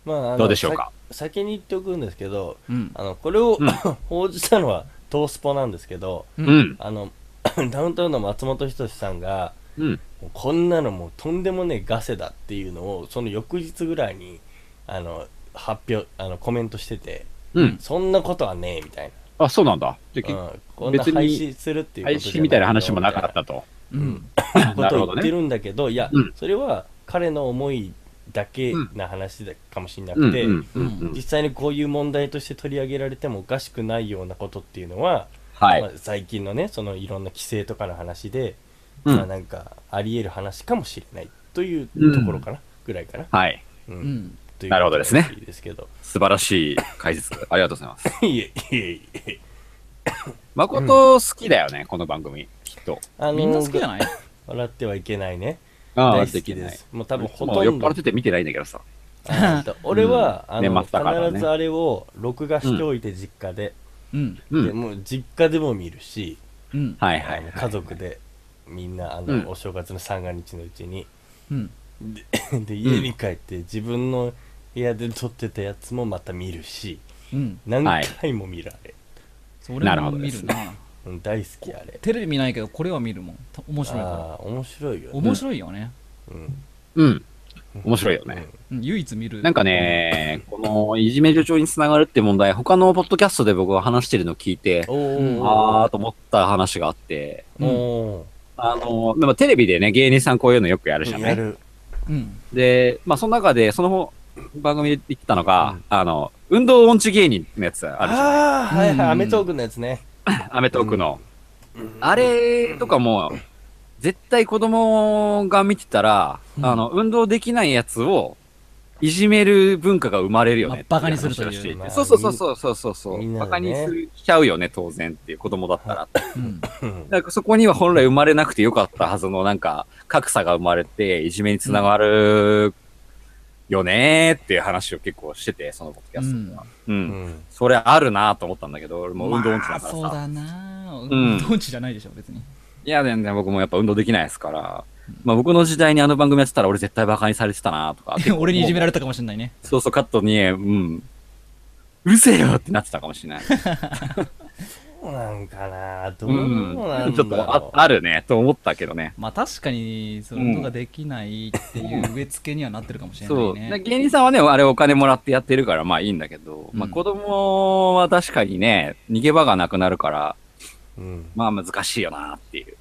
まああのどうでしょうかさ先に言っておくんですけどうんあのこれを、うん 報じたのはトースポなんですけどううん。あの ダウンタウンの松本人志さんがうん。もうこんなのもうとんでもねえガセだっていうのをその翌日ぐらいにあの発表あのコメントしててうん。そんなことはねえみたいあ、そうなんだ。じゃあな、うん、こんな別廃に止するっていうこ配とじゃ信みたいな話もなかっみたと。うんたいなるなこほとどを言ねってるんだけどいや、うんそれは彼の思いだけな話だかもしれなくて、実際にこういう問題として取り上げられてもおかしくないようなことっていうのは、はまあい。最近のねそのいろんな規制とかの話で、うんまあなんかあり得る話かもしれないといううんところかな、ぐらいかな、はい。うんうんというなるほどですねいいですけど 素晴らしい解説。ありがとうございます。いえいえいえ誠好きだよね、この番組。きっと。あみんな好きじゃいない笑ってはいけないねあ大好きです。もう多分ほと酔っん払っどてて見てないんだけどさ。あの俺は、うんあの年末だからね必ずあれを録画しておいて実家で、うんうでん。もう実家でも見るし、うんはいはいあはのい。家族でみんなあの、うんお正月の三が日のうちにうんで家に帰って自分の部屋で撮ってたやつもまた見るしうん何回も見るあれ、そなれるほども見でるすなうん大好きあれテレビ見ないけどこれは見るもんた面白いかああー面白いよらね面白いよねうんうん。面白いよね。うん唯一見るなんかね、このいじめ助長につながるって問題、他のポッドキャストで僕が話してるのを聞いて、おーあーと思った話があって、おおあの、でもテレビでね、芸人さんこういうのよくやるじゃーなやいるうんで、まあその中で、その番組で言ってたのが、あの、運動音痴芸人のやつあるじゃん。ああ、はいはい、うんアメトークのやつね。アメトークの。あれとかも、絶対子供が見てたら、あの、運動できないやつを、いじめる文化が生まれるよねっていまあ話をしていて。馬鹿にするというまあそうそうそうそうそうそう。みんなバでねカにするしちゃうよね、当然っていう子供だったら。うんうんなんかそこには本来生まれなくてよかったはずのなんか格差が生まれていじめにつながるよねーっていう話を結構してて、そのポッドキャストでは。うん。うんそれあるなと思ったんだけど、俺もう運動音痴だからさ。まあそうだな運ん動音痴じゃないでしょ別にいや、全然僕もやっぱ運動できないですから。まあ僕の時代にあの番組やってたら俺絶対バカにされてたなとか。結構 俺にいじめられたかもしれないねそうそう、カットに、うん。うるせえよってなってたかもしれない。そうなんかなどうなんだろう。うんちょっとああるね、と思ったけどね。まあ確かにそういうのができないって いう植え付けにはなってるかもしれなそ。いうねだから芸人さんはね、あれお金もらってやってるから、まあいいんだけど、うんまあ子供は確かにね、逃げ場がなくなるから、うんまあ難しいよなっていう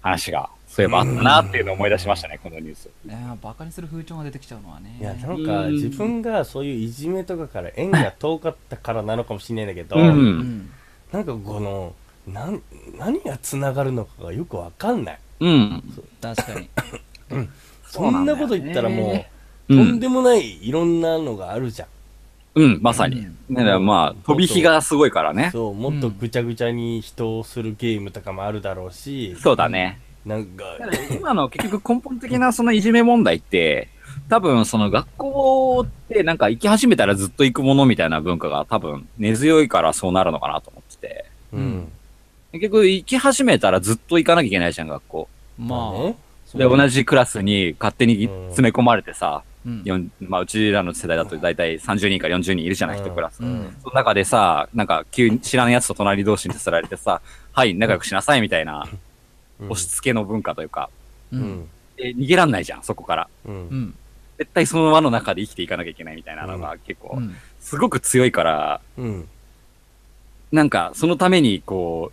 話が、そういえばあったなっていうのを思い出しましたね、このニュース。ねバカにする風潮が出てきちゃうのはねいやなんか自分がそういういじめとかから縁が遠かったからなのかもしれないんだけど、うんうんなんかこのなん何がつながるのかがよくわかんないうん。確かにそんなこと言ったらもううとんん。でもないいろんなのがあるじゃん、うん、まさに。だからまあ、飛び火がすごいからね。そうもっとぐちゃぐちゃに人をするゲームとかもあるだろうし、そうだね。なんかただ今の結局根本的なそのいじめ問題って、多分その学校ってなんか行き始めたらずっと行くものみたいな文化が多分根強いからそうなるのかなと思ってて。うん結局行き始めたらずっと行かなきゃいけないじゃん、学校。まあねそうで、同じクラスに勝手に詰め込まれてさ、うんよんまあうちらの世代だと大体30人から40人いるじゃない、うん一クラス。うんその中でさ、なんか急に知らんやつと隣同士にさせられてさ、はい、仲良くしなさいみたいなうん押し付けの文化というか、ううんんで逃げらんないじゃん、そこから。うんうんうん絶対その輪の中で生きていかなきゃいけないみたいなのが結構、うんすごく強いから、うんなんかそのためにこう、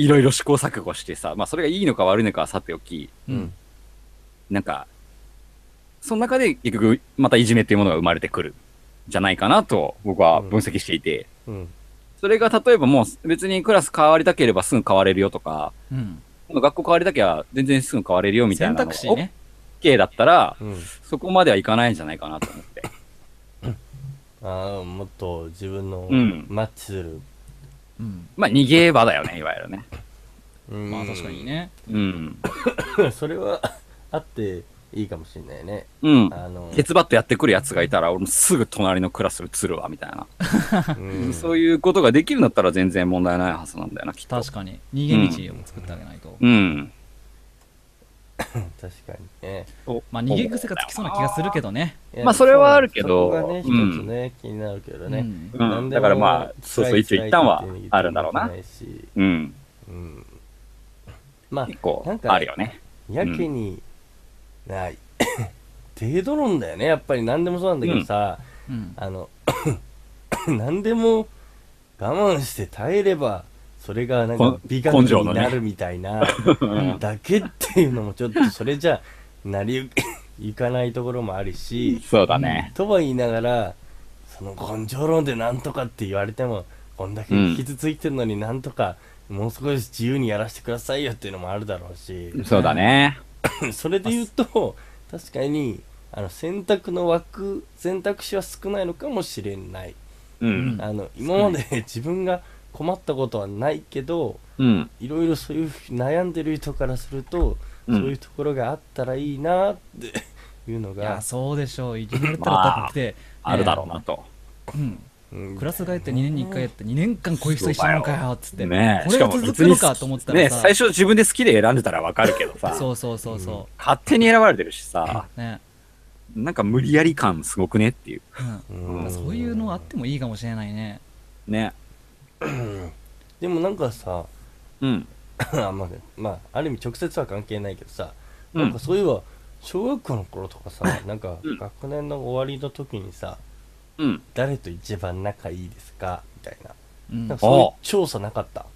いろいろ試行錯誤してさ、まあそれがいいのか悪いのかはさておき、うんなんか、その中で結局またいじめっていうものが生まれてくる、じゃないかなと僕は分析していて、うんそれが例えばもう別にクラス変わりたければすぐ変われるよとか、うん学校変わりたければ全然すぐ変われるよみたい選なのが択肢ね OK だったら、うんそこまではいかないんじゃないかなと思って。ああもっと自分のうんマッチする、うんまあ逃げ場だよね、いわゆるね。うんまあ確かにねうん。 それは あっていいかもしれないねうん。あの鉄バットやってくるやつがいたら、俺もすぐ隣のクラス移るわ、みたいな。うんそういうことができるんだったら全然問題ないはずなんだよな、きっと。確かに逃げ道を作ってあげないとうん。確かにねまあ逃げ癖がつきそうな気がするけどねいやまあそれはあるけどそこがね一うんつね、気になるけどね、うんうん何でだもからまあそうそう一応一旦はあるんだろうな辛い辛いってうん。言ってもいけないしうんまあ結構なん、かあるよね。やけに、ない 程度論だよねやっぱり何でもそうなんだけどさ、うんあの 何でも我慢して耐えればそれがなんかこ美学根性のにねなるみたいな、だけっていうのもちょっとそれじゃなりゆ いかないところもあるしそうだね。とは言いながらその根性論でなんとかって言われてもこんだけ傷ついてるのになんとか、もう少し自由にやらせてくださいよっていうのもあるだろうし、そうだね。 それで言うと確かにあの選択の枠選択肢は少ないのかもしれない、うん。あの今まで自分が困ったことはないけどうん。いろいろそういう悩んでる人からすると、うんそういうところがあったらいいなっていうのいやが、そうでしょういじめられたらまあだってあるだろうなと。うんうんクラス替えって2年に1回やって2年間こういう人一緒なのかよっつってねえこれが続くのかと思ってたねらさ最初自分で好きで選んでたらわかるけどさ、そうそうそうそ勝手に選ばれてるしさ、うねなんか無理やり感すごくねっていう。うんうんそういうのあってもいいかもしれないねね。でもなんかさうん。 あまあ、まあ、ある意味直接は関係ないけどさ、うんなんかそういえば小学校の頃とかさなんかうん学年の終わりの時にさ、うん。誰と一番仲いいですかみたいなうんなんかそういう調査なかった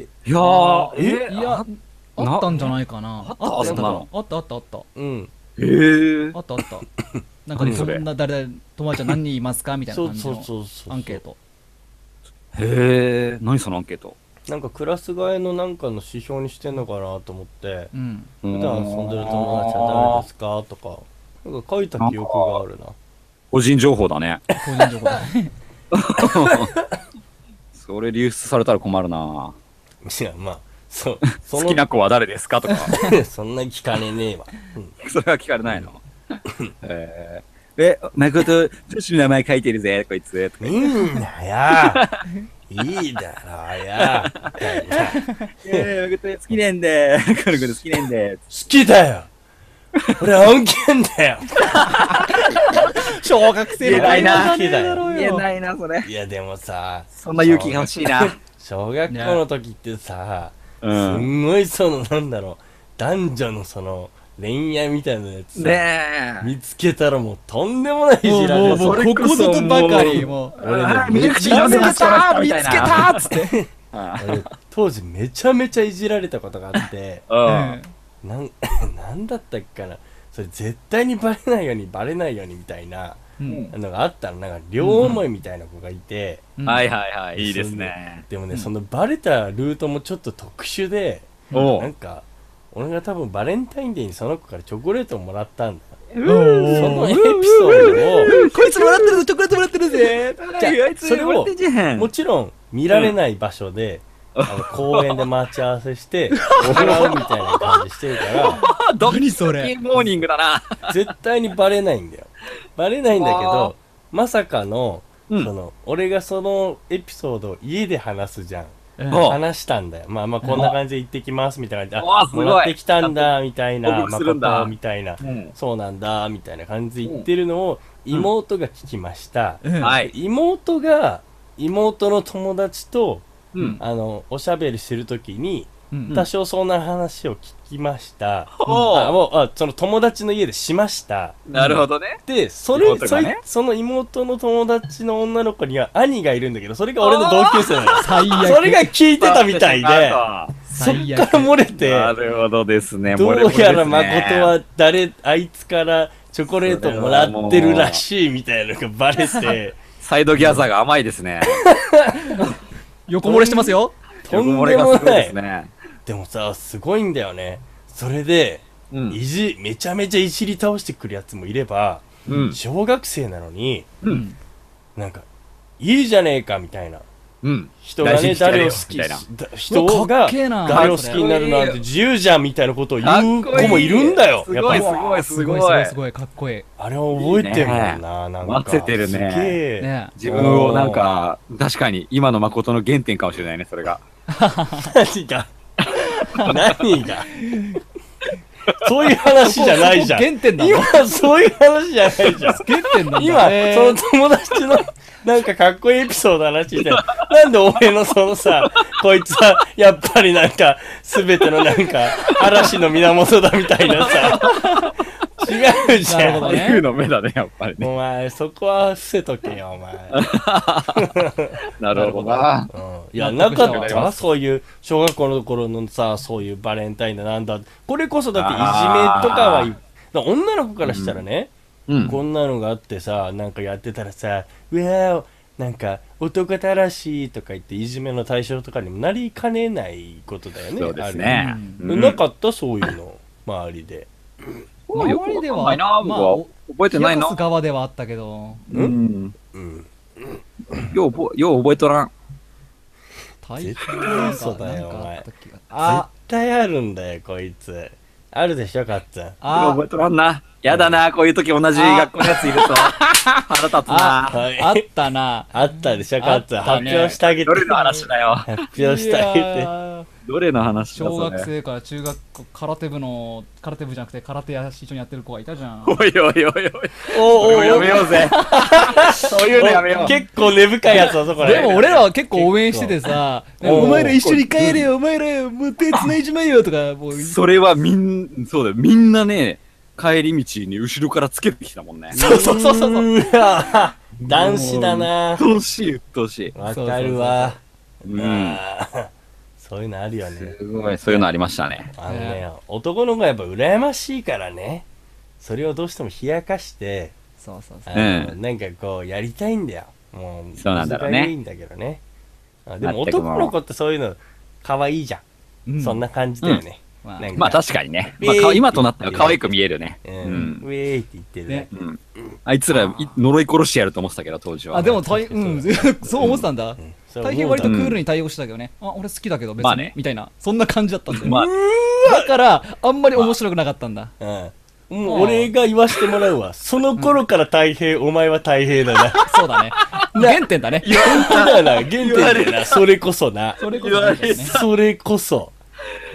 いやー、ええいやなあったんじゃないかなあったあっそんたなよのあったあったあったうんえーあったあったなんかね、何そそれんな誰々、友達は何人いますかみたいなそう感じそうのそうそうアンケート。へえ、何そのアンケート。なんかクラス替えのなんかの指標にしてんのかなと思ってうん。普段遊んでる友達は誰ですかとかなんか書いた記憶があるな個人情報だね。個人情報だ。それ流出されたら困るな。 いやまあ そうそ好きな子は誰ですかとか、の そんな聞かねえねえわ、うんそれは聞かれないの。えー、え、誠、女子の名前書いてるぜ、こいつ。とかいいんだよいいだろうよみたいな好えー、誠、好きねんで、このこと好きねんで。きだよ俺案件だよ小学生の言えないな会話じゃねえだろうよ言えないな、それ。いやでもさそんな勇気が欲しいな。小学校の時ってさ、うすん。んごいそのなんだろう男女のその恋愛みたいなやつさ、ねえ。見つけたらもうとんでもないいもじうられもうてもうそれこここそぞとばかりもう俺ねあー見め口が見つけたー見見つつけけたたーーっつってあ俺当時めちゃめちゃいじられたことがあってあ。なん なんだったっけかなそれ絶対にバレないようにバレないようにみたいなうんのがあったのなんか両思いみたいな子がいて、うんはいはいはい、いいですね。でもね、そのバレたルートもちょっと特殊でおなんか俺が多分バレンタインデーにその子からチョコレートをもらったんだうんそのエピソードをこいつもらってるぞチョコレートもらってるぜじゃあそれをじゃんもちろん見られない場所で、 あの公園で待ち合わせしてもらうみたいな感じしてるかドキ何そドキれモーニングだな。 ら絶対にバレないんだよバレないんだけあーどまさかの,、うんその俺がそのエピソードを家で話すじゃんうんお話したんだよまあまあこんな感じで行ってきますみたいなおあーすごもいらってきたんだみたい報な告するんだ誠みたいなうんそうなんだみたいな感じで言ってるのを妹が聞きました、うんはい。妹が妹の友達とうん。あのおしゃべりしてる時にうん多少そんな話を聞きました、 あおお。もうあその友達の家でしましたなるほどね。でそれ、妹そがいねその妹の友達の女の子には兄がいるんだけどそれが俺の同級生なのよ最悪それが聞いてたみたいでそっ最から悪漏れなてるほどですね。ど漏れ漏れうですねやら誠。は誰あいつからチョコレートもらってるらしいみたいなのがバレてサイドギャザーが甘いですね。横漏れしてますよ とんでも漏れがすごいなですいね。でもさすごいんだよねそれでうん。いじめちゃめちゃいじり倒してくるやつもいれば、うん。小学生なのにうん。なんかいいじゃねえかみたいなうん。人がね大事にしてやれ誰をよ好きみたいなだ人うわかがっけえな誰を好きになるなんて自由じゃんみたいなことを言う子もいるんだよすやっごいすぱごいすすごごいいすごいすごいかっこいいあれを覚えてるもんいいねななんか混ぜてるねすげえ、ね自分をなんか、確かに今の誠の原点かもしれないね、それが。何が何がそういう話じゃないじゃんそこそこ原点なの今そういう話じゃないじゃん原点なん今だ、ねその友達 の、なんかかっこいいエピソードの話して、なんで俺のそのさ、こいつは、やっぱりなんか、すべてのなんか、嵐の源だみたいなさ、違うじなるゃほどん。ね竜の目だね、やっぱりね。お前、そこは伏せとけよ、お前。 なるほどな。うん、いや、なかったそういう、小学校の頃のさ、そういうバレンタインだなんだ。これこそだっていじめとかはい、だから女の子からしたらね、うん。こんなのがあってさなんかやってたらさ「うわーなんか男たらし」とか言っていじめの対象とかにもなりかねないことだよねそうですあねある。るなかったそういうの周りで周りではないな、僕まあは。覚えてない冷やなかす。側ではあったけどうん。うんよう覚え、よう覚えとらん。大絶対なんか嘘だよなん かおあ前った気が絶対あるんだよこいつあるでしょかっつんようあ覚えとらんな。やだな、こういう時同じ学校のやついると。 腹立つな。はいあったなあったでしょかっつんあった発ね表してあげてどれの話だよ。発表してあ げいてやーどれの話だ小そ学れ。生から中学校空手部の空手部じゃなくて空手や一緒にやってる子がいたじゃ んおいおいおいおい。おおいやめよう ぜ。そういうのやめよう。結構根深いやつだぞこれでも俺らは結構応援しててさ「構お前ら一緒に帰れよお前らもう手繋いじまえよ」とかもうそれはみん、そうだよ。みんなね、帰り道に後ろからつけてきたもんね。そうそうそうそうそううわ男子だなうっとうしい、うっとうしい。わかるわううんん。、 そういうのあるよね。すごい。そういうのありましたね。あのねね、男の方がやっぱ羨ましいからね。それをどうしても冷やかして、そうそうそうあのうんなんかこうやりたいんだよもうそうなんだろうね難しいんだけどねあで全もく男もうの子ってそういうの可愛いじゃうん、んそんな感じだよね、まあなんまあ確かにね。まあか、今となっては可愛く見えるね。ううんん。ウェーイって言ってるねねうん。あいつらい呪い殺してやると思ってたけど、当時は。あでも大うん そう思ってたんだんそう思う大変割とクールに対応してたけどねあ俺好きだけど別まあにねみたいなそんな感じだったんだよまあ、だからあんまり面白くなかったんだうんもう俺が言わしてもらうわその頃から大変お前は大変だなそうだね原点だね本当だよな原点だよなそれこそなそれこそ原点だね それこそ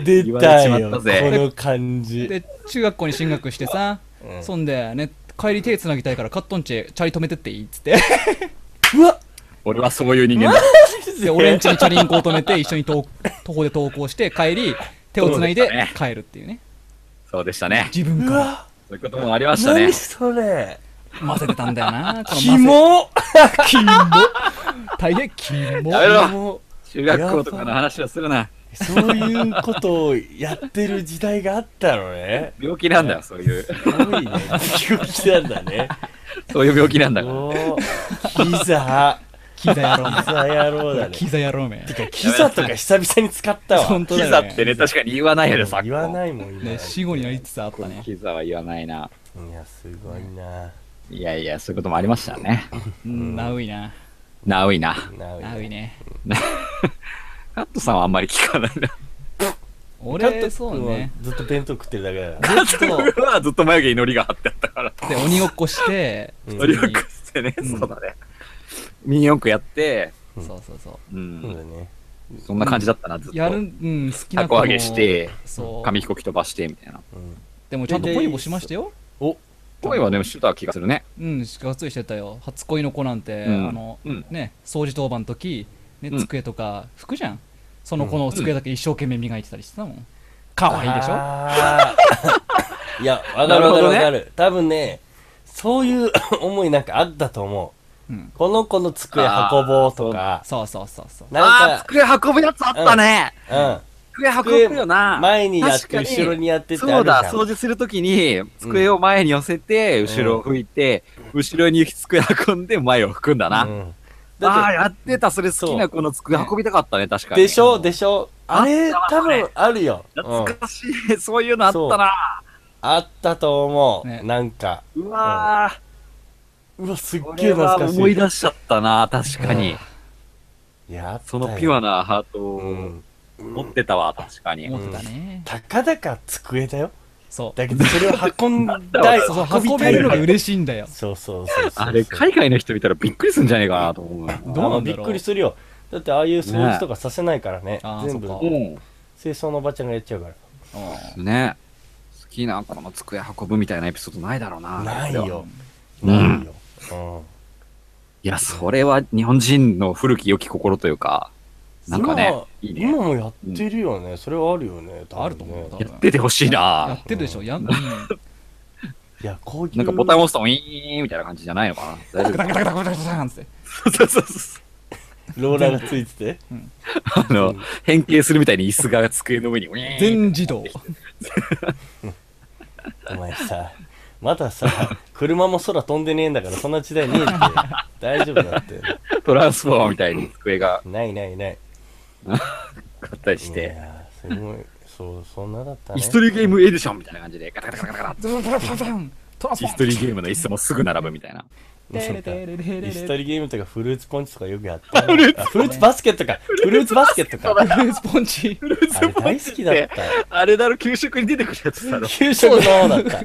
出言わたれちまよっこたぜの感じで中学校に進学してさ、うんそんでね帰り手つなぎたいからカットンチチャリ止めてっていいっつってうわ俺はそういう人間 だ。で俺ん家にチャリンコを止めて一緒にと徒歩で登校して帰り手をつないで帰るっていうねそうでしたね。自分からそういうこともありましたね何。それ混ぜてたんだよなこのキモキモ大変キモやめろキモ中学校とかの話をするな。 そういうことをやってる時代があったのね。病気なんだよ、そういう。すごいね。病気なんだね。そういう病気なんだから。おーキザ。キザ野郎キザ野郎だね。キザ野郎めてか、キザとか久々に使ったわ。本当だキよ、ザね、ってね、確かに言わないよね、さっき。言わないもん、今。ね死後になりつつあったねキザは言わないな。いや、すごいな。いやいや、そういうこともありましたね。うんなういななういな。ななうい。ねカットさんはあんまり聞かないな。俺そうね。ずっと弁当食ってるだけだかずっとうわずっと眉毛に糊が張ってあったから。で鬼ごっこしてうん乗り遅してね、そうだね。ミニ四駆やって、うんそうそうそううら。そうだん、ね。そんな感じだったな、ずっと。やるうん好きなた子こも揚げして、そう紙飛行機飛ばして、みたいな。うんでもちゃんと恋もしましたよお声はでもしてた気がするね。うんしがっつりしてたよ初恋の子なんて、うんあの、うんね掃除当番の時、ね、うん机とか拭くじゃんその子の机だけ一生懸命磨いてたりしてたもん可愛いでしょあ ーいや、わかるわかるわかる。多分ね、そういう 思いなんかあったと思う。うんこの子の机運ぼうとか、そうそうそうそうなんか、机運ぶやつあったね。うん。机机運ぶよな。前にやっ確かて、後ろにやってってあそうるじゃだん。、掃除するときに、机を前に寄せて、後ろを吹いて、後ろに机運んで、前を吹くんだな。うんあだあ、っやってた、それ好きな子の机運びたかったね、確かて、に。でしょ、でしょ。あれ、あったわ多分あるよ。うん懐かしい、 そういうのあったな。あったと思ねう。なんか。うわー、うわ、すっこげえれは懐かし思いい。出しちゃったな、確かうにん。やったそよのピュアなハートうをん。持ってたわ、確かに。思ってたね、たかだか机だよ。そうだけど、それを運んだい、そうそう運べるのが嬉しいんだよそうそうそうそう。あれ、海外の人見たらびっくりするんじゃないかなと思うな。どうなんだろうあびっくりするよ。だってああいう掃除とかさせないからね。あー全部そっかう清掃のおばちゃんがやっちゃうから。ん。ね好きな子の机運ぶみたいなエピソードないだろうな。ないよ。うんないよ。うん。いや、それは日本人の古き良き心というか、なんかね、いい今ね。今もやってるよね。それはあるよね。多分ねあると思う多分やっててほしいやなっ。てるでしょやん、うん、いや、こういう。なんかボタン押すと、ウィーンみたいな感じじゃないのかな。大ガタ丈ガタガタガタガタガタンって夫。 そうそうそう。ローラーがついてて。あの、変形するみたいに椅子が机の上に、ウィーン全自動お前さ、まださ、車も空飛んでねえんだから、そんな時代ねえって。大丈夫だって。トランスフォーマーみたいに机がないないない。あったりしいて、やーすごい。そう、そんなだったね。イストリーゲームエディションみたいな感じで、ガタガタガタガタガタドゥルドゥルドゥルドゥントランスイフストォーリーゲームの椅子もすぐ並ぶみたいな。テレテレテレイステトレリーゲームとかフルーツポンチとかよくやったな。フルーツフルーツバスケットか。フルーツバスケットか。フルーツポンチあれ大好きだった。あれだろ、給食に出てくるやつ だろ。給食のだった。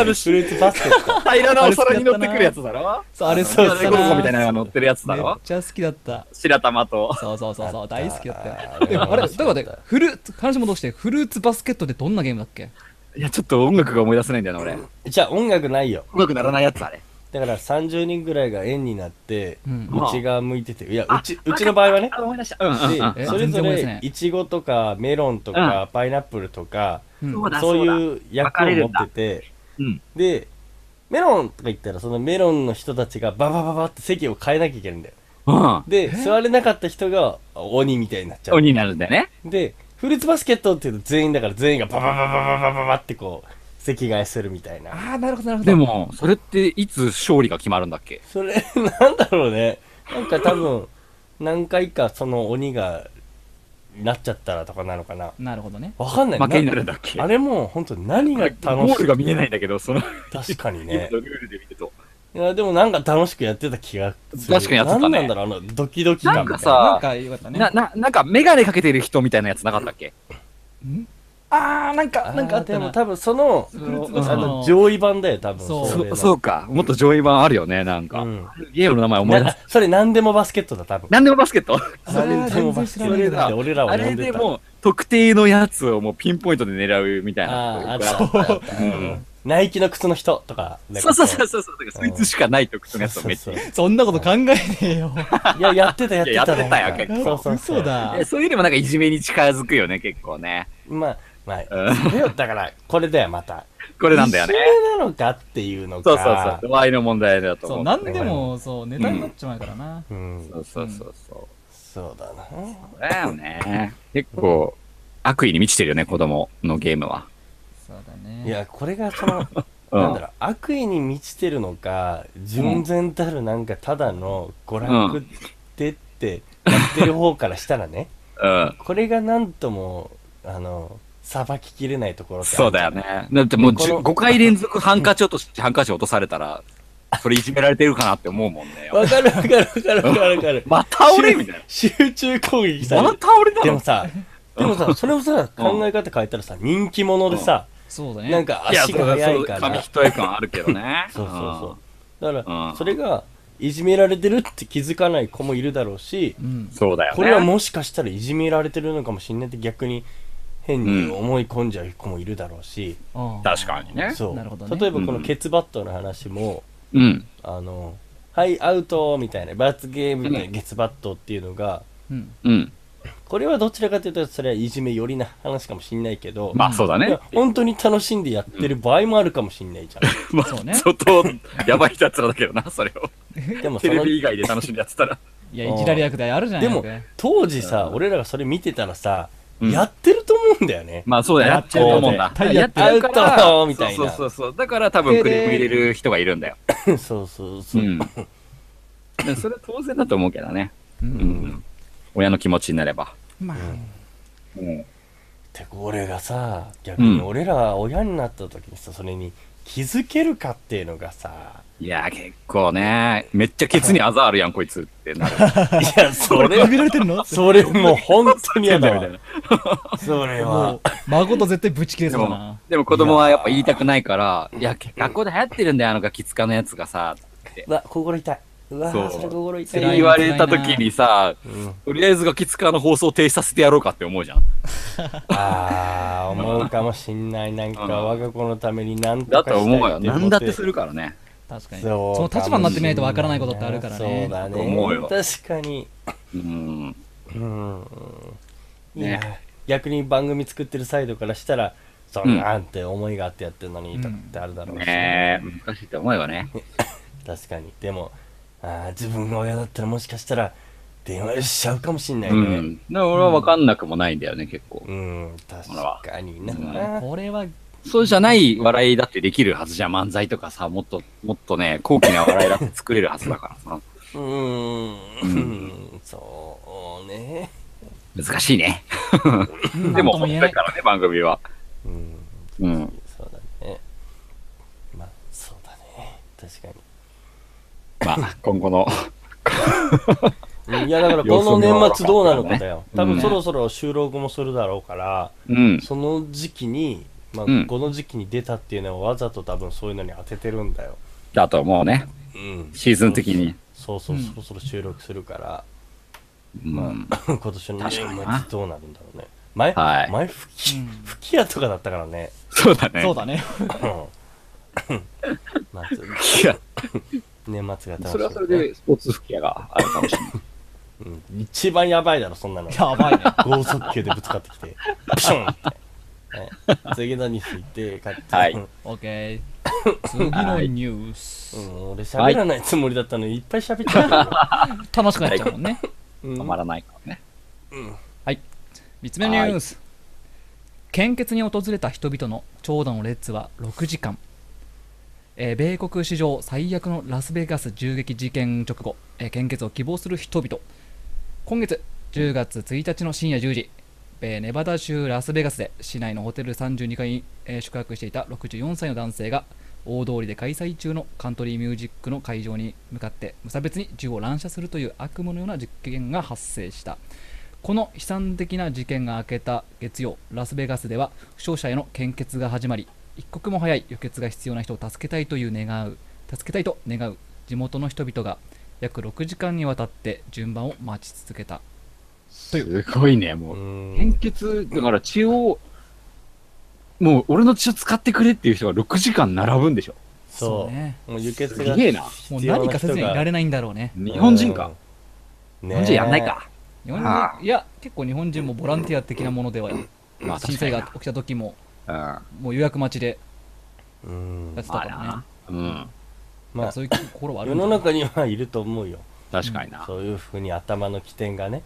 あのフルーツバスケット。平らなお皿に乗ってくるやつだろ。そうあれそそううそだうそう。なゴロゴロみたいなのが乗ってるやつだめっろ。ちゃ好きだった白玉と。そうそうそうそう大好きだったあよーでもああれれだからねフルーツ話戻してフルーツバスケットってどんなゲームだっけいや、ちょっと音楽が思い出せないんだよな、俺。うじゃあ音楽ないよ。まくならないやつ、あれ。だから30人ぐらいが円になって、うん内側向いてて。いや、うち、うちの場合はね。あ、思い出した。うんうんうん。で、えそれ全然ぞ思い出せなれい、イチゴとかメロンとか、パイナップルとか、うんそうだ、そうそうだ。いう役を持ってて、うん。で、メロンとか言ったら、そのメロンの人たちがババババって席を変えなきゃいけないんだよ。うん。で、座れなかった人があ鬼みたいになっちゃ鬼う。になるんだよね。で、フルーツバスケットって言うと全員だから全員がババババババババってこう、席替えするみたいな。ああ、なるほど、なるほど。で、も、それっていつ勝利が決まるんだっけそれ、なんだろうね。なんか多分、何回かその鬼が、なっちゃったらとかなのかな。なるほどね。わかんない負けになるんだっけあれも、本当何が楽ゴーしルいが見えないんだけど、その、確かにね。ルールで見ると。いや、でもなんか楽しくやってた気がする。確かにやってたね何なんだろう、あの、ドキドキ感みたいなんかさあーなんかよかったね。な、な、なんか、メガネかけてる人みたいなやつなかったっけああ、なんか、なんかああっーたでもな。多分その、つぶるつぶあさんの、の上位版だよ、多分。そうれそのそうか。もっと上位版あるよね、なんか。うんゲームの名前思い出なす。それ何でもバスケット だ、多分。なんでもバスケットそれでもバスケットだって俺らはあ呼れんででた。もう、特定のやつをもうピンポイントで狙うみたいああ、なあ。ったあった。うんナイキの靴の人とか。なんそかうこそうそうそう。そうだからそいつしかない特定のやつをめっちゃそう。そうそんなこと考えねえよ。そういや、やってた、やってた。いややってたよ結構そうそうそう嘘。だえ。そういうのもなんかいじめに近づくよね、結構ね。まあ、まあ、うんそれよだから、これだよ、また。これなんだよね。いじめなのかっていうのか。そうそうそう。場合の問題だとそ思う、う。なんでも、そう、ネタになっちまうからな。うん、そうそうそうそそうだな。う。だよね。結構、悪意に満ちてるよね、子供のゲームは。そうだね。いや、これがそ の、うんなんだろう、悪意に満ちてるのか、純然たるなんかただの娯楽でってやってる方からしたらね、うん。これがなんとも、あの、さばききれないところってあるそうだよ。ね。だってもうこの5回連続ハンカチ落とし、ハンカチ落とされたら、それいじめられてるかなって思うもんね。わかるわかるわかるわかるわかる。また俺みたい集中攻撃な。されまる。た俺だでろもさ、でも さ、それをさ、考え方変えたらさ、人気者でさ、そうだね。なんかいや、足そうがだ速そ、いうから。紙一重感あるけどね 。そうそうそう。だかうら、んそれが、いじめられてるって気づかない子もいるだろうし、うんうん。。そうだよね。これはもしかしたらいじめられてるのかもしれないって逆に変に思い込んじゃう子もいるだろうし、ああ確かにね。そうなるほどね例えばこうのんケツバットの話も、うん。あのはいアウトみたいな罰ゲームみたいなケツバットっていうのが、うん。うん。これはどちらかというとそれはいじめ寄りな話かもしれないけど、まあ、そうだいねや。本当に楽しんでやってる場合もあるかもしれない じゃまあそう、ね相当、やばい奴らだけどな、それを。ん。でもそテレのビ以外で楽しんでやってたら。いや、いじられ役であるじゃん。でもよ当時さ、俺らがそれ見てたらさ、うんやってると思うんだよね。まあ、そうだよ。やっちゃうもんだ。絶対やってアウるからトみたいそうな。そそうそう。だから多分クレーム入れる人がいるんだよ。う そうそうう。ん。でそれは当然だと思うけどね。う。うんん。親の気持ちになれば。まあ、うん。てか俺がさ逆に俺ら親になった時にさそれに気づけるかっていうのがさいやー、結構ね。めっちゃケツにあざあるやん、こいつってなる。いやそ俺れ見られてるのそれもう本当に嫌 だみたいわなそれもはう、孫と絶対ぶち切れでそうだもな。、でも子供はやっぱ言いたくないから、いや、学校で流行ってるんだよ、あのガキツカのやつがさ、ってう。わ心痛いうわそそうれ心痛辛いい言われた時にさ、うんとりあえずガキツカの放送を停止させてやろうかって思うじゃん。ああ思うかもしんないなんかうん我が子のためになんとだかしたとい思うよ。いうなんだってするからね。確かに。そうその立場になってみないとわからないことってあるからねそうだね思うよ確かにうん。うんいねや逆に番組作ってるサイドからしたらそんなんて思いがあってやってるのにとかってあるだろうし、ねえ、難しいと思うよね。確かにでもあー自分が親だったらもしかしたら電話しちゃうかもしんないうねん。だから俺は分かんなくもないんだよね、結構う。ん、確かにな、これは、そうじゃない笑いだってできるはずじゃん、漫才とかさ、もっと、もっとね、高貴な笑いだって作れるはずだからさ。うーんそうね難しいね。でなんも、とも言えなだいか。らね、番組は。ううんん。そうだねまあそうだね確かにまあ、今 後の。いやだからこの年末どうなのか だよ。様子見は分から多ないね分そろそろ収録もするだろうから、うん。その時期に、まあうんこの時期に出たっていうのはわざと多分そういうのに当ててるんだよ。だと思うね。うん。シーズン的に。そうそう、うんそろそろ収録するから、うん。 今年の年末確かになどうなるんだろうね。前、はい前吹き、うん吹き矢とかだったか らね。そうだね。そうだね。 うんまあいや、年末が楽しみ、ね。それはそれでスポーツ吹き矢があるかもしれない。うん一番やばいだろ、そんなの。やばいね。剛速球でぶつかってきて、ピシュンって。ね、次のに吹いて、帰って。はいオッケー。 次のニュースう。ん、俺喋らないつもりだったのにいっぱい喋っちゃった楽しくなっちゃうもんね。よ。たまらないからね。はい。三つ目のニュース。献血に訪れた人々の長蛇の列は6時間、えー米国史上最悪のラスベガス銃撃事件直後、えー献血を希望する人々今月10月1日の深夜10時、えーネバダ州ラスベガスで市内のホテル32階に、えー宿泊していた64歳の男性が大通りで開催中のカントリーミュージックの会場に向かって無差別に銃を乱射するという悪夢のような実験が発生したこの悲惨的な事件が明けた月曜ラスベガスでは負傷者への献血が始まり一刻も早い輸血が必要な人を助けたいという願う助けたいと願う地元の人々が約6時間にわたって順番を待ち続けたというすごいね、 もう。ん献血、だから血を、もう俺の血を使ってくれっていう人が6時間並ぶんでしょ。そうねもう輸血すがげえな。もう必要何なか人説が明いられないんだろうね日本人か。うん日ね本人やんないか。日本あ人いや結構日本人もボランティア的なものではまあ確震か災にがな。起きた時もうん。もう予約待ちでうんやってたまかあらねな。うん。だかまらあそういう心はある世んだのろう中にはいると思うよ確かにな。そういうふうに頭の起点がね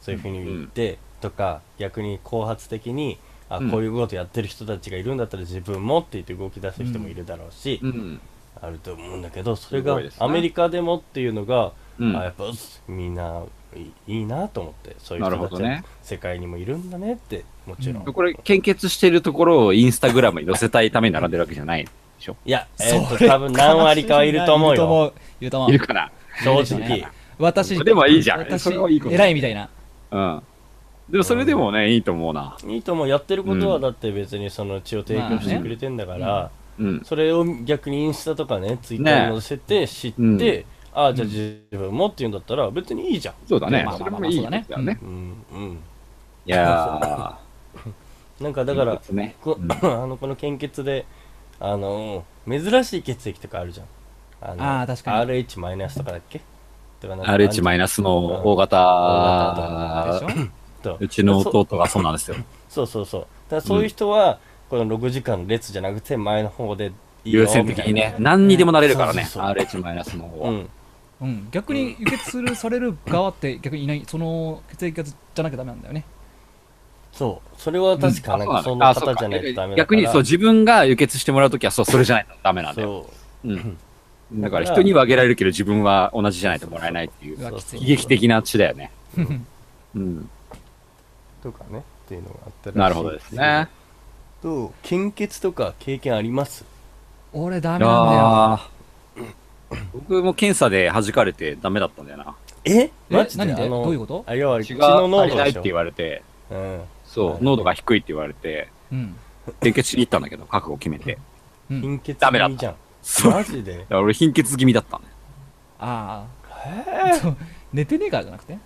そういうふうに言って、とか逆に後発的にあうんこういうことやってる人たちがいるんだったら自分もって言って動き出す人もいるだろうし、うん。あると思うんだけどそれがすごいですねアメリカでもっていうのが、うんあやっぱみんないいいいなと思ってそういうなる人ほたどちはね世界にもいるんだねってもちろん、うこれ、献血してるところをインスタグラムに載せたいために並んでるわけじゃないでしょ。いや、えーとそれ多分何割かはいると思うよいると思ういるいるかとな。思う正いるでしょう直ね私それもいいじゃん私それはいいこと偉いみたいなうん。でもそれでもね、いいと思うな。いいともやってるこうとはんだって別にその血を提供してくれてんだから、まあねうん。それを逆にインスタとかね、ツイッターに載せて知って、うんああ、じゃあ自分もっていうんだったら別にいいじゃん。そうだねまあ。そまあれまあもいいそうだねことだよね。うんうん。いやなんかだー。から、そうですねこ あのこの献血で、あのー珍しい血液とかあるじゃん。あのあー確か RH マイナスとかだっけとかなんか RH マイナスの大型でしょとうちの弟がそうなんですよ。そうそうそう。だからそういう人は、この6時間の列じゃなくて前の方でいいよ優先的にね。。何にでもなれるからね。そうそう RH マイナスの方みたいなうは。ん。うん逆に輸血するされる側って逆にいないその血液型じゃなきゃダメなんだよねそう。それは確かなんかそうんだなあそう方かじゃないとダメだから。逆にそう、自分が輸血してもらうときは、そう、それじゃないとダメなんだよ。そう。うん。だから人にはあげられるけど、自分は同じじゃないともらえないっていうう、わきつ悲い劇的な血だよね。うん。とかねっていうのがあったらしいなるほどですね。どう献血とか経験あります 俺ダいメやなんだよー僕も検査で弾かれてダメだったんだよな。ええ何でどういうことあ要は血血がの足り濃度ないっでしてょ言われて、うんそう、濃度が低いって言われて、うん献血しに行ったんだけど、覚悟決めて。うん貧血ダメだ気味じゃんそう。だかマジでら俺、貧血気味だったのね。ああそう寝てねえからじゃなくてい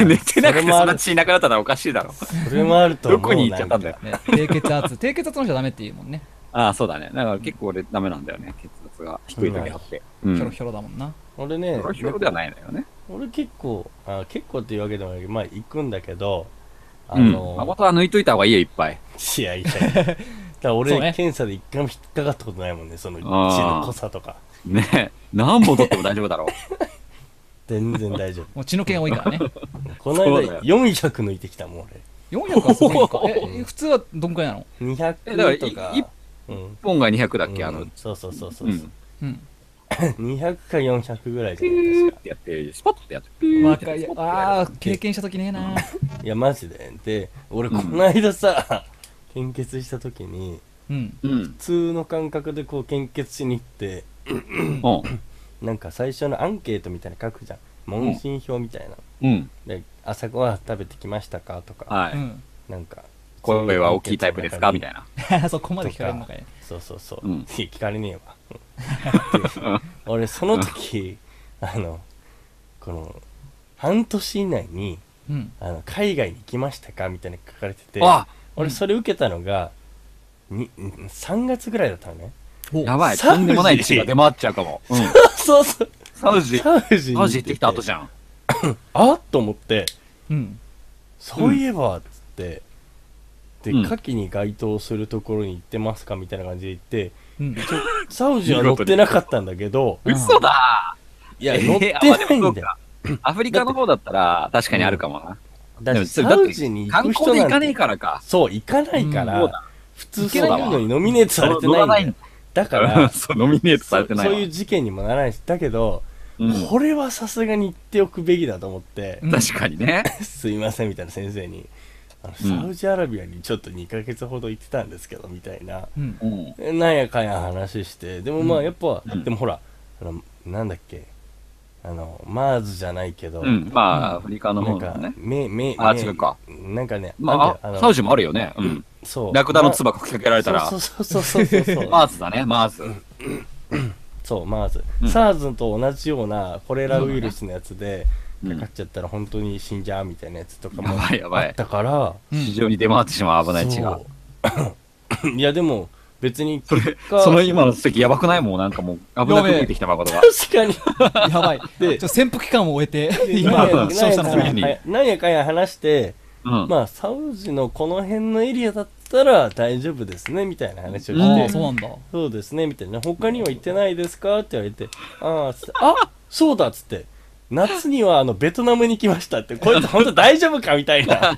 や、寝てなくそてれもあそんるな血いなくなったらおかしいだろ。それもあると思どうこに行っちゃったんだよよ。ね低血圧 低血圧の人はダメって言うもんねああ、そうだね。だから結構俺ダメなんだよね。血圧が低い時あって。うひょん。ろひょろだもんな俺ねひょろではないのよね。俺結構あ結構っていうわけでもないけどまあ行くんだけどあうん。の誠は抜いといた方がいいよ、いっぱい。いやいや いやだから俺そうね検査で一回も引っかかったことないもんねその血あーの濃さとかねえ。何本取っても大丈夫だろう。全然大 丈夫もう血の剣多いからねこのそうだ間よ400抜いてきたもん俺400はすごいかえ普通はどんくらいなのえだからい200とか、一うん、本が200だっけ、あうの。ん、そうそうそうそうう、うんうん200か400ぐらいじピゃないでューすかってやって、スパッとやって、ピューって若やっていスパッとやる。ああ経験した時ねえな、いやマジでで俺この間さ、 献血した時にうん、うん。普通の感覚でこう献血しに行ってうん。なんか最初のアンケートみたいなの書くじゃん問診票みたいな、うん。で朝ごはん食べてきましたかとかはうい。んなんか声は大きいタイプですかみたいなな。 そこまで聞かれるのかいそうそうそう、うんいや聞かれねえわ うんで俺その時あのこの半年以内にうんあの海外に行きましたかみたいなの書かれててあ俺それ受けたのが、に3月ぐらいだったのね やばい。サウとジんでもない血が出回っちゃうかも。うん。そうそうサウジ、ササウジウジ行ってきた後じゃんゃん。あっと思ってうんそういえばっつって、うんで牡蠣に該当するところに行ってますかみたいな感じで行ってうんサウジは乗ってなかったんだけどうん嘘だいやえー乗ってあまあでないもそんうだよかアフリカの方だったら確かにあるかもな。だってでもだサってウジに行観く光人で行なかんねえてからか。そう行かないかうんそうら普通けそなういわいうのにノミネートされてない乗んらだよだか らそう、ノミネートされてないそうわ。そういう事件にもならないしだけど、うんこれはさすがに言っておくべきだと思って、うん確かにね。すいませんみたいな先生にあのうんサウジアラビアにちょっと2ヶ月ほど行ってたんですけどみたいな、うんうん。なんやかんや話してでもまうあんやっぱ、うんでもほらあのなんだっけあのマーズじゃないけど、うん。まあ、アフリカのなん方かだね。めめあめ違うかなんかねなんまだよあ、のサウジもあるよね。うん。そうラクダの唾かきかけられたらそ、うそうそうそうそう そうマーズだね、マーズ。そうマーズ、うん SARS と同じようなコレラウイルスのやつうで、んかかっちゃったら本当に死んじゃうみたいなやつとかもやばいやばいあったから市場に出回ってしまう危ない血が。そう いやでも別にそれ結、果その今の席やばくないもうなんかもう危なく見えてきた誠が。確かにやばい。でちょ潜伏期間を終えて、今、今負傷したのすぐに何やかんや話して、うん。まあサウジのこの辺のエリアだったら大丈夫ですねみたいな話をあしあ、てそうなんだ。そうですねみたいな他には行ってないですかって言われてああつってあそうだっつって夏にはあのベトナムに来ましたってこいつ本当大丈夫かみた いな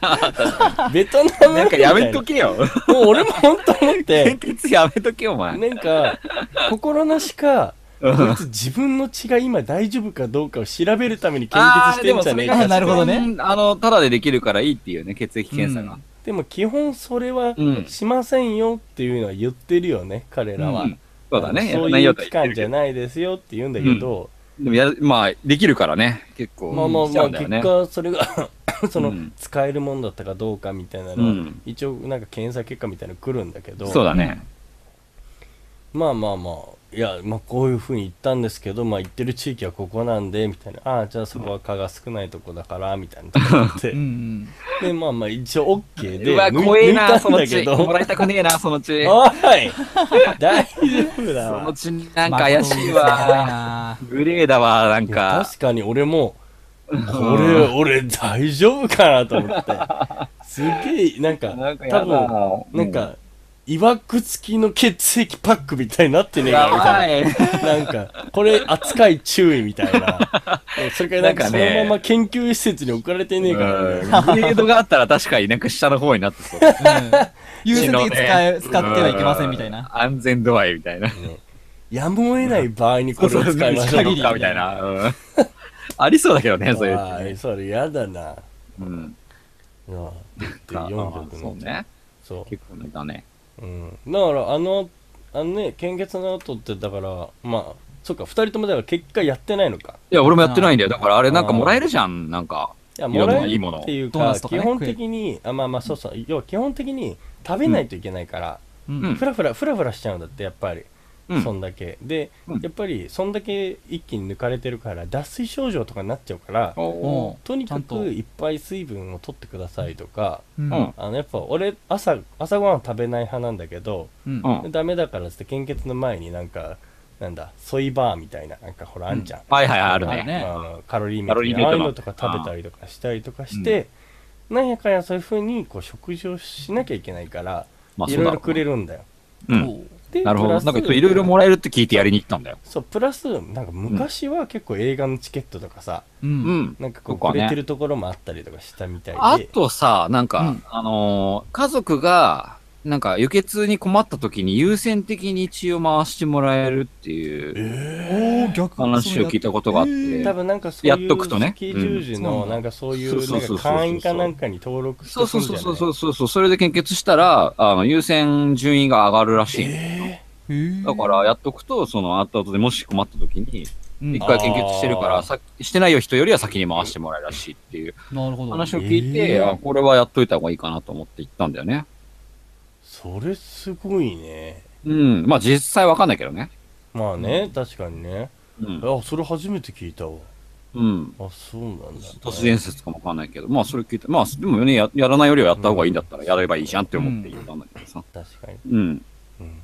ベトナムなんかやめとみけよ。 たいなもう俺も本当思って 献血やめとけよ、お前。なんか心なしかうこいんつ自分の血が今大丈夫かどうかを調べるために献あーで血してんもじゃそねれえがかあなるほどねうんあの、ただでできるからいいっていうね、血液検査が。でも基本それはうんしませんよっていうのは言ってるよね彼らは、うんそうだね、やそらうないいようとは期言ってる間じけどゃないですよって言うんだけど、でもや、まあ、できるからね、結構。まあまあしちゃまうあんだ結よね果それが そうのん使えるもんだったかどうかみたいなうのはん一応なんか検査結果みたいなの来るんだけどそうだね。まあまあまあいやまあこういうふうに言ったんですけどまあ言ってる地域はここなんでみたいなああじゃあそこは蚊が少ないとこだからみたいなとこ言っうてんでまあまあ一応 OK でうわ、抜い怖え抜な、いたそんのだ血。けもどらいたくねえな、その 血。おい大丈夫だそわの血なうんん。か怪しいわ。わ。グレーだわ、なんいやか。確かに俺もこれ俺大丈夫かなと思 ってすげえなんかなんかや多だ分なん、か、いわくつきの血液パックみたいになってねえかみたいい。な。なんか、これ扱い注意みたい な。それからなんかなんそかねのまま研究施設に送られてねえからうね。んグレードがあったら確かになんか下の方になって そう。優先的に使え、う使んってはいけませんみたいな。。うん安全度合いみたいな。やむを得ない場合にこれを使いましょう。限りかみたいな。うん ありそうだけどね、そういうあのあね。それやだな。なうん。あってあ4曲そうの。ね。そ結構だね。う。うん。だから、あの、あのね、献血の後って、だから、まあ、そっか、2人ともだから結果やってないのか。いや、俺もやってないんだよ。だからあれなんかもらえるじゃん、なんか。いやいろもんならえいいるものをっていうドーナかツとかね基本的にあまあまあそうそう要は基本的に食べないといけないから、ううんん。ふらふらふらふらしちゃうんだってやっぱり、うんそんだけで、うんやっぱりそんだけ一気に抜かれてるから脱水症状とかになっちゃうからおーもとにかちゃんとくいっぱい水分を取ってくださいとかう。ううんん。あのやっぱ俺朝朝ごはん食べない派なんだけどうんう。ん。ダメだからっつって献血の前になんかなんだソイバーみたいななんかほらあんじゃん、はいはい、あるあるね。ねあのカロリーメイカトロリーメイトああのいうのとか食べたりとかしたりとかして、なんやかんやそういうふうにこう食事をしなきゃいけないから、まあ、いそうろいだろろうくれるんだよ。な。うん。でなるほプど。ラスなんかいろいろもらえるって聞いてやりに行ったんだよ。そうプラスなんか昔は結構映画のチケットとかさ、う。うんん。なんかそこううかくねれてるところもあったりとかしたみたいで、あとさ、なんか、うんあのー家族が、なんか、輸血に困った時に優先的に血を回してもらえるっていうおー、逆話を聞いたことがあって、多分なんかそういうやっとくとね赤十字のうんなんかそういそううそうなんそうそうか会員かなんかに登録してそうそうそうそううそうそう、それで献血したら、あの、優先順位が上がるらしい。だだから、やっとくと、その、後々でもし困った時に、一な回献血してるから、あーさしてないよ人よりは先に回してもらえるらしいっていうるほど。話を聞いて、えーあこれはやっといた方がいいかなと思って行ったんだよね。それすごいねうん。まあ、実際わかんないけどね。まあね確かにねうん。あそれ初めて聞いたわうん。あそうなんだ都市伝説かもわかんないけど、まあそれ聞いて、まあでもね、ややらないよりはやった方がいいんだったらやればいいじゃんって思って言ったんだけどさ。確かに、うん。うん、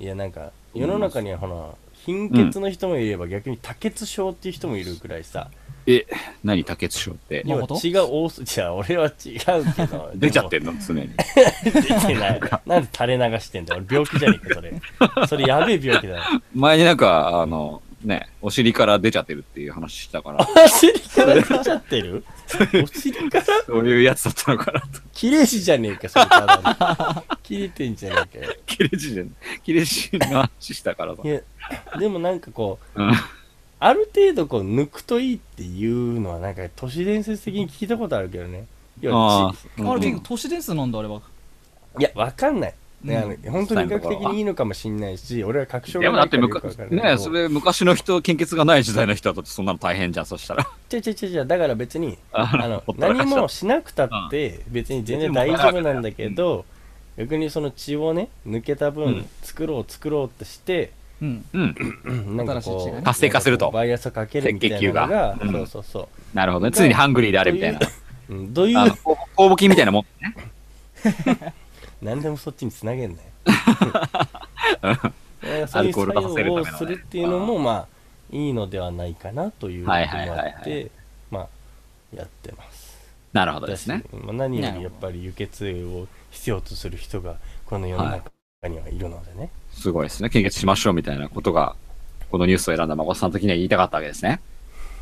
いやなんか世の中にはほら貧血の人もいれば逆に多血症っていう人もいるくらいさ、何、多血症って。まあ要は血が多すじゃあ俺は違うけど 出ちゃってんの、常に。でも出てないなんで 垂れ流してんだよ俺病気じゃねえかそれそれやべえ病気だよ前になんか、あの、ね、お尻から出ちゃってるっていう話したから、 お尻から出ちゃってるお尻から そういうやつだったのかなと。切れ字じゃねえか、それただの切れてんじゃねえかよ。キレジじゃん。キレジの話したからさい。や、でもなんかこう、うんある程度こう抜くといいっていうのはなんか都市伝説的に聞いたことあるけどね。いや、あちーあれ結う構ん都市伝説なんだあれは。いやわかんない。ねあうのん本当に医学的にいいのかもしんないし、俺は確証でがもなだいってむからよくわかかんないけど。ねそれ昔の人、献血がない時代の人だとそんなの大変じゃん、そしたら。ちゃちゃちゃちゃ、だから別に、あ あのほったらか何しちゃもしなくたって別に全然大丈夫なんだけど、逆にその血をね抜けたう分ん作ろう作ろうとして、うん。うん。うんなん新かしい血こがねう活性化するとバイアスをかけるみたいなのが赤血球がそううんそうそ なるほどね。常にハングリーであれみた いな。う、うん、どういあのうこう公募金みたいなもん。何でもそっちにつな げんねアルコール化させるためのねそういう作用をするっていうのもまあいいのではないかなというのもあはいって、はいはいはいまあやってますなるほどですね。だしまあ、何よりやっぱり輸血を必要とする人がこの世の中にはいるのでね、すごいですね。献血しましょうみたいなことが、このニュースを選んだ孫さん的には言いたかったわけですね。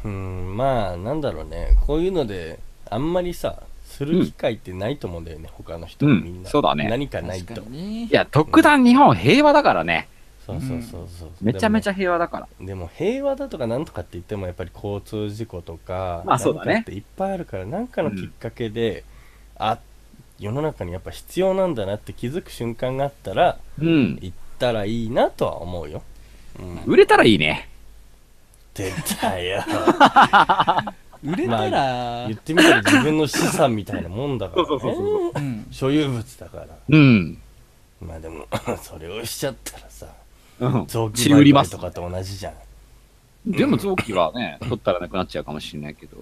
うんまあなんだろうねこういうのであんまりさする機会ってないと思うんだよね、他の人うみんんな、そうだね何かない確とかそうにねい。や、特段日本平和だからね。そうそうそう、めちゃめちゃゃ平和だから。でも平和だとかなんとかって言ってもやっぱり交通事故とかまあそうだねなんかっていっぱいあるから何かのきっかけで、あ世の中にやっぱ必要なんだなって気づく瞬間があったらうん。行ったらいいなとは思うよ、うん、売れたらいいね。出 たよ売れたら言っ、てみたら自分の資産みたいなもんだから、ね、そうそうそうそうん。所有物だからうん。まあでも それをしちゃったらさうん。臓器血売ります売買とかと同じじゃんでも臓器はね、取ったらなくなっちゃうかもしれないけど。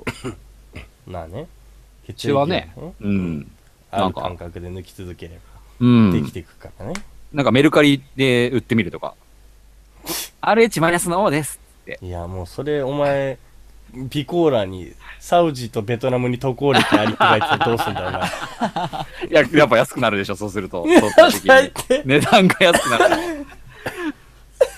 まあね血血はね液をうん。あなんるか感覚で抜き続けれうばでんき。ていくからね、なんかメルカリで売ってみるとか。RH マイナスの O です。いやもうそれお前ピコーラにサウジとベトナムに渡航歴ありって書いてたらどうすんだお前いや、やっぱ安くなるでしょ、そうすると。相対的最に低値段が安くな る。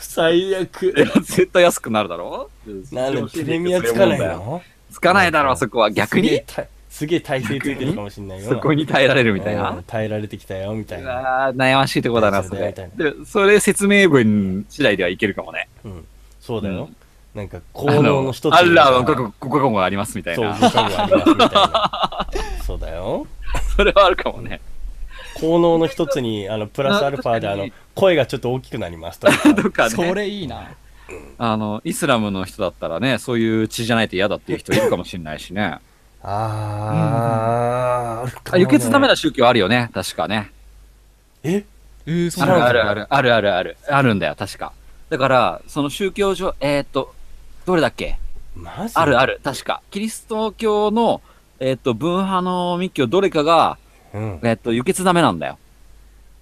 最悪いや絶対安くなるだろなんでプレミアつかないのつかないだろ、そこは。逆すげえに、たすげえ体勢ついてるかもしんないよそこに耐えられるみたいうんな。耐えられてきたよみたいうなわー悩ましいとこだな、そそうだよれ。みたいで、それ説明文次第ではいけるかもね。うん、そうだよ、なんか効あ能のの一つアッラーのみたい覚な悟覚悟がありますみたいそうな。ご加護ありますみたいなそうだよそれはあるかも ね。効能の一つにあのプラスアルファであの確声がちょっと大きくなります とかとかそね。れいいな。あの、イスラムの人だったらね、そういう血じゃないと嫌だっていう人いるかもしれないしね。あー、あるかも あ輸ね血ダメな宗教あるよね、確かね。ええー、そあるうなんあだ。るある、あるあるある、あるんだよ、確か。だから、その宗教上、えーっと、どれだっけマジあるあある、確か。キリスト教の、えーっと、分派の密教どれかが、る、うん、えーっと、輸血ダメなんだよ。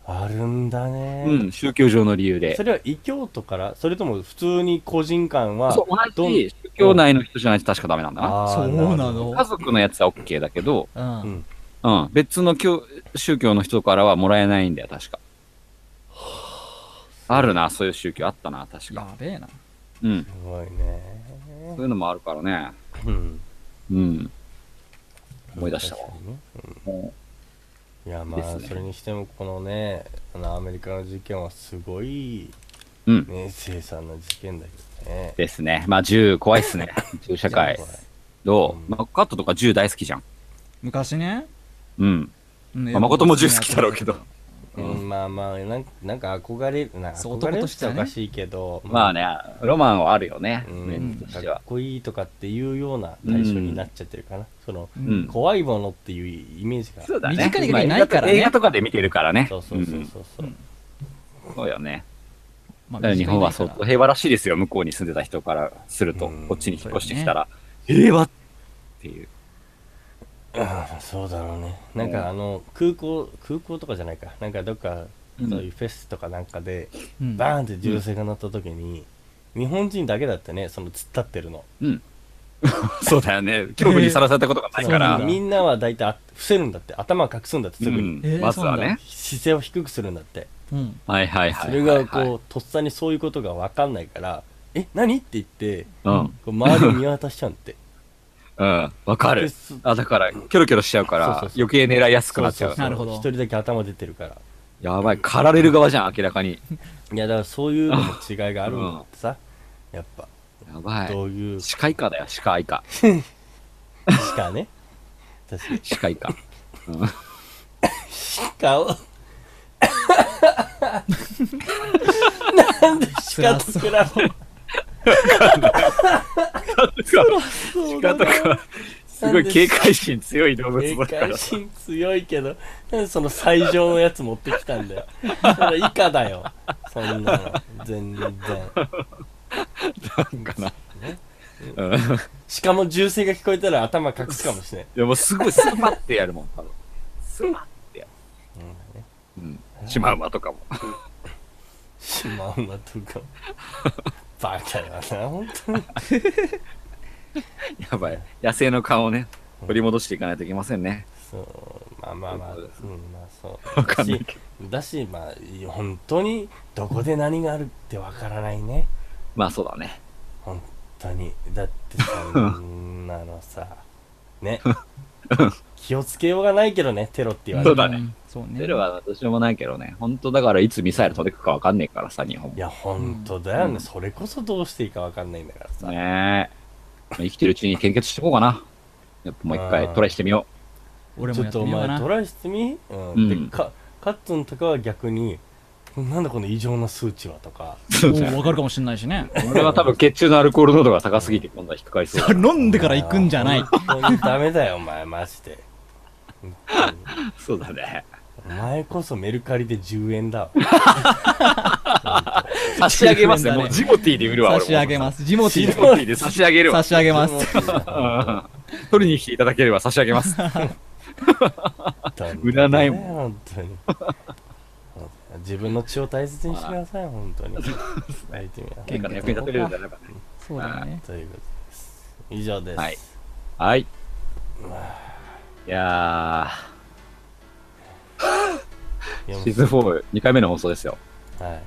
あるんだね、うん、宗教上の理由でそ。れは異教徒からそれとも普通に個人間はそう、同どんじ宗教内の人じゃないと確かダメなんだな。あーそうなの家族のやつは OK だけど、ううんん。うん、別の教宗教の人からはもらえないんだよ、確か。あるな、そういう宗教あったな、確か。やべえな。うん。すごいねそういうのもあるからね。うんうん。思い出したわ。確かにねもいやまあですねそれにしてもこのねあのアメリカの事件はすごい、うんね、凄惨な事件だけどねう。ですね。まあ、銃怖いっすね。銃社会。どう、まあ、カットとか銃大好きじゃん。昔ね。うん。うんまあ、誠も銃好きだろうけど。。うん、まあまあなんなんか憧れるなんかそう憧れるっ男としててはおねかしいけど、まあね、ロマンはあるよね。うメンんズとかしてっは。こいいとかっていうような対象になっちゃってるかな、そのう。うんん。怖いものっていうイメージがそうだね。身近にまあないからね映画とかで見てるからね。そうそうそううんそうそう、うんそうよね。まだから日本は相当平和らしいですよ。向こうに住んでた人からすると、うんこっちに引っ越してきたら、平和っていう。うんそうだろうねなんかあの空港空港とかじゃないかなんかどっかうんそういうフェスとかなんかで、うんバーンって銃声が鳴った時に、日本人だけだったねその突っ立ってるの そうだよね。恐怖にさらされたことがないかえーらそう。みんなは大体あ伏せるんだって頭隠すんだってすうぐに、んえーまずはね。姿勢を低くするんだってうん。はいはいはい。それがこう、とっさにそういうことが分かんないから、え何って言ってうん。こう周り見渡しちゃうんってうん。わかでる。そあ、だから、キョロキョロしちゃうから、そうそうそ余計狙いやすくなっちゃう。なるほど一人だけ頭出てるからやばい、狩られる側じゃん、明らかに。いやだからそういうのも違いがあるんだってさやっぱやばい。どういうし歯科医科だよ、歯科医科。かね確かに歯科医科。顔なんで鹿と比べる歯科とか、すごい警戒心強い動物だ警から戒。心強いけど、なんでその最上のやつ持ってきたんだよ。それ以下だよ。そんなの。全然。なんかな。うん。しかも銃声が聞こえたら頭隠すかもしれない。いや、もうすごい、スパッてやるもん、多分。スパッてやる。うん。シマウマとかも。シマウマとか。バカやな、本当に。やばい。野生の顔をね、取り戻していかないといけませんね。そう、まあまあまあ、うん、まあそう。わかんないけど。だし、まあ、本当に、どこで何があるってわからないね。まあそうだね。本当に。だってそんなの さ。ね。気をつけようがないけどね、テロって言われそてうだね。そうね出るはどうしようもないけどね。本当だからいつミサイル飛んでくかわかんねえからさ、日本いも。や、ほんとだよね。それこそどうしていいかわかんないんだからさ。ねえ。生きてるうちに献血してこうかな。やっぱもう一あ回ートライしてみよ俺ちもょやっってとおみようか前トなライしてみうん。うんでかカッツンとかは逆に、なんだこの異常な数値はとか。う。おうわかるかもしんないしね俺は多分血中のアルコール濃度が高すぎて今度は引っかかりそうだな。飲んでから行くんじゃない本当にダメだよ、お前、マジで。本当にそうだね。お前こそメルカリで10 円だわ。差し上げますね。だねもうジモティーで売るわ。差し上げす。ますジモティジモーティーで差し上げるわ差。し上げますうん取りに来ていただければ差し上げます。占いもも本当に自分の血を大切にしてください本当に相手には結果の役に立てれるんじゃないかそうだねということです以上です、はいな。はい。いや読ー、むシーズン4、2回目の放送ですよ。は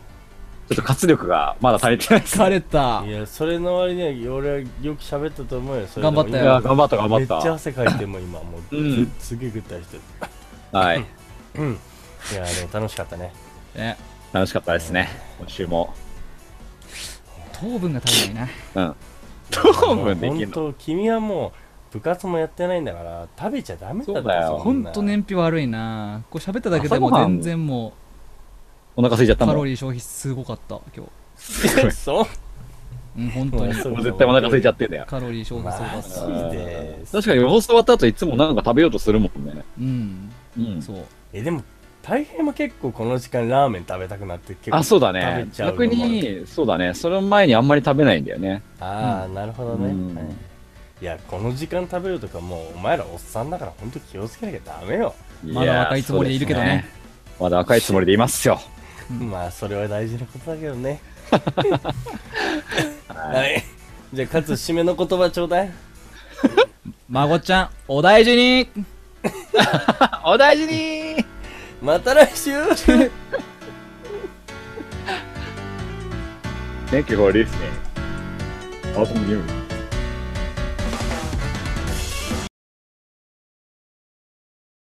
ちょっと活力がまだ足りてないです。疲れたい、いやそれの割には俺はよく喋ったと思うよそれでも頑張ったいよやー、頑張った、頑今張めっっちゃた。汗かいてもう今もう、うんすげえぐったりしてるはい。うんいやでも楽しかったねね楽しかったですね。今週も。糖分が足り ないなうん。糖分でき本んの当君はもう部活もやってないんだから食べちゃダメだそうだよそほんんなと燃費悪いなこう喋っただけでも朝ごはん全然もお腹空いちゃっうたカもロん。リー消費すごかった今 そう日うん本当 にそうもう絶対お腹空いちゃってんだよ。カロリー消マ費すごかったジで確かに放送終わった後いつもなんか食べようとするもんね。うんうん。そうえでも大変も結構この時間ラーメン食べたくなって結構あ、そうだ食ねべ。ちゃうのも逆に、そうだね。その前にあんまり食べないんだよね。ああ、なるほどね、うんはい、いやこの時間食べるとかもうお前らおっさんだからほんと気をつけなきゃダメよまだ若いつもりでいるけどねやー。そうですまだ若いつもりでいますよ。まあそれは大事なことだけ どねはいじゃあかつ締めの言葉ちょうだい孫ちゃんお大事にお大事にまた来週 Né, Thank you for listening. Awesome news.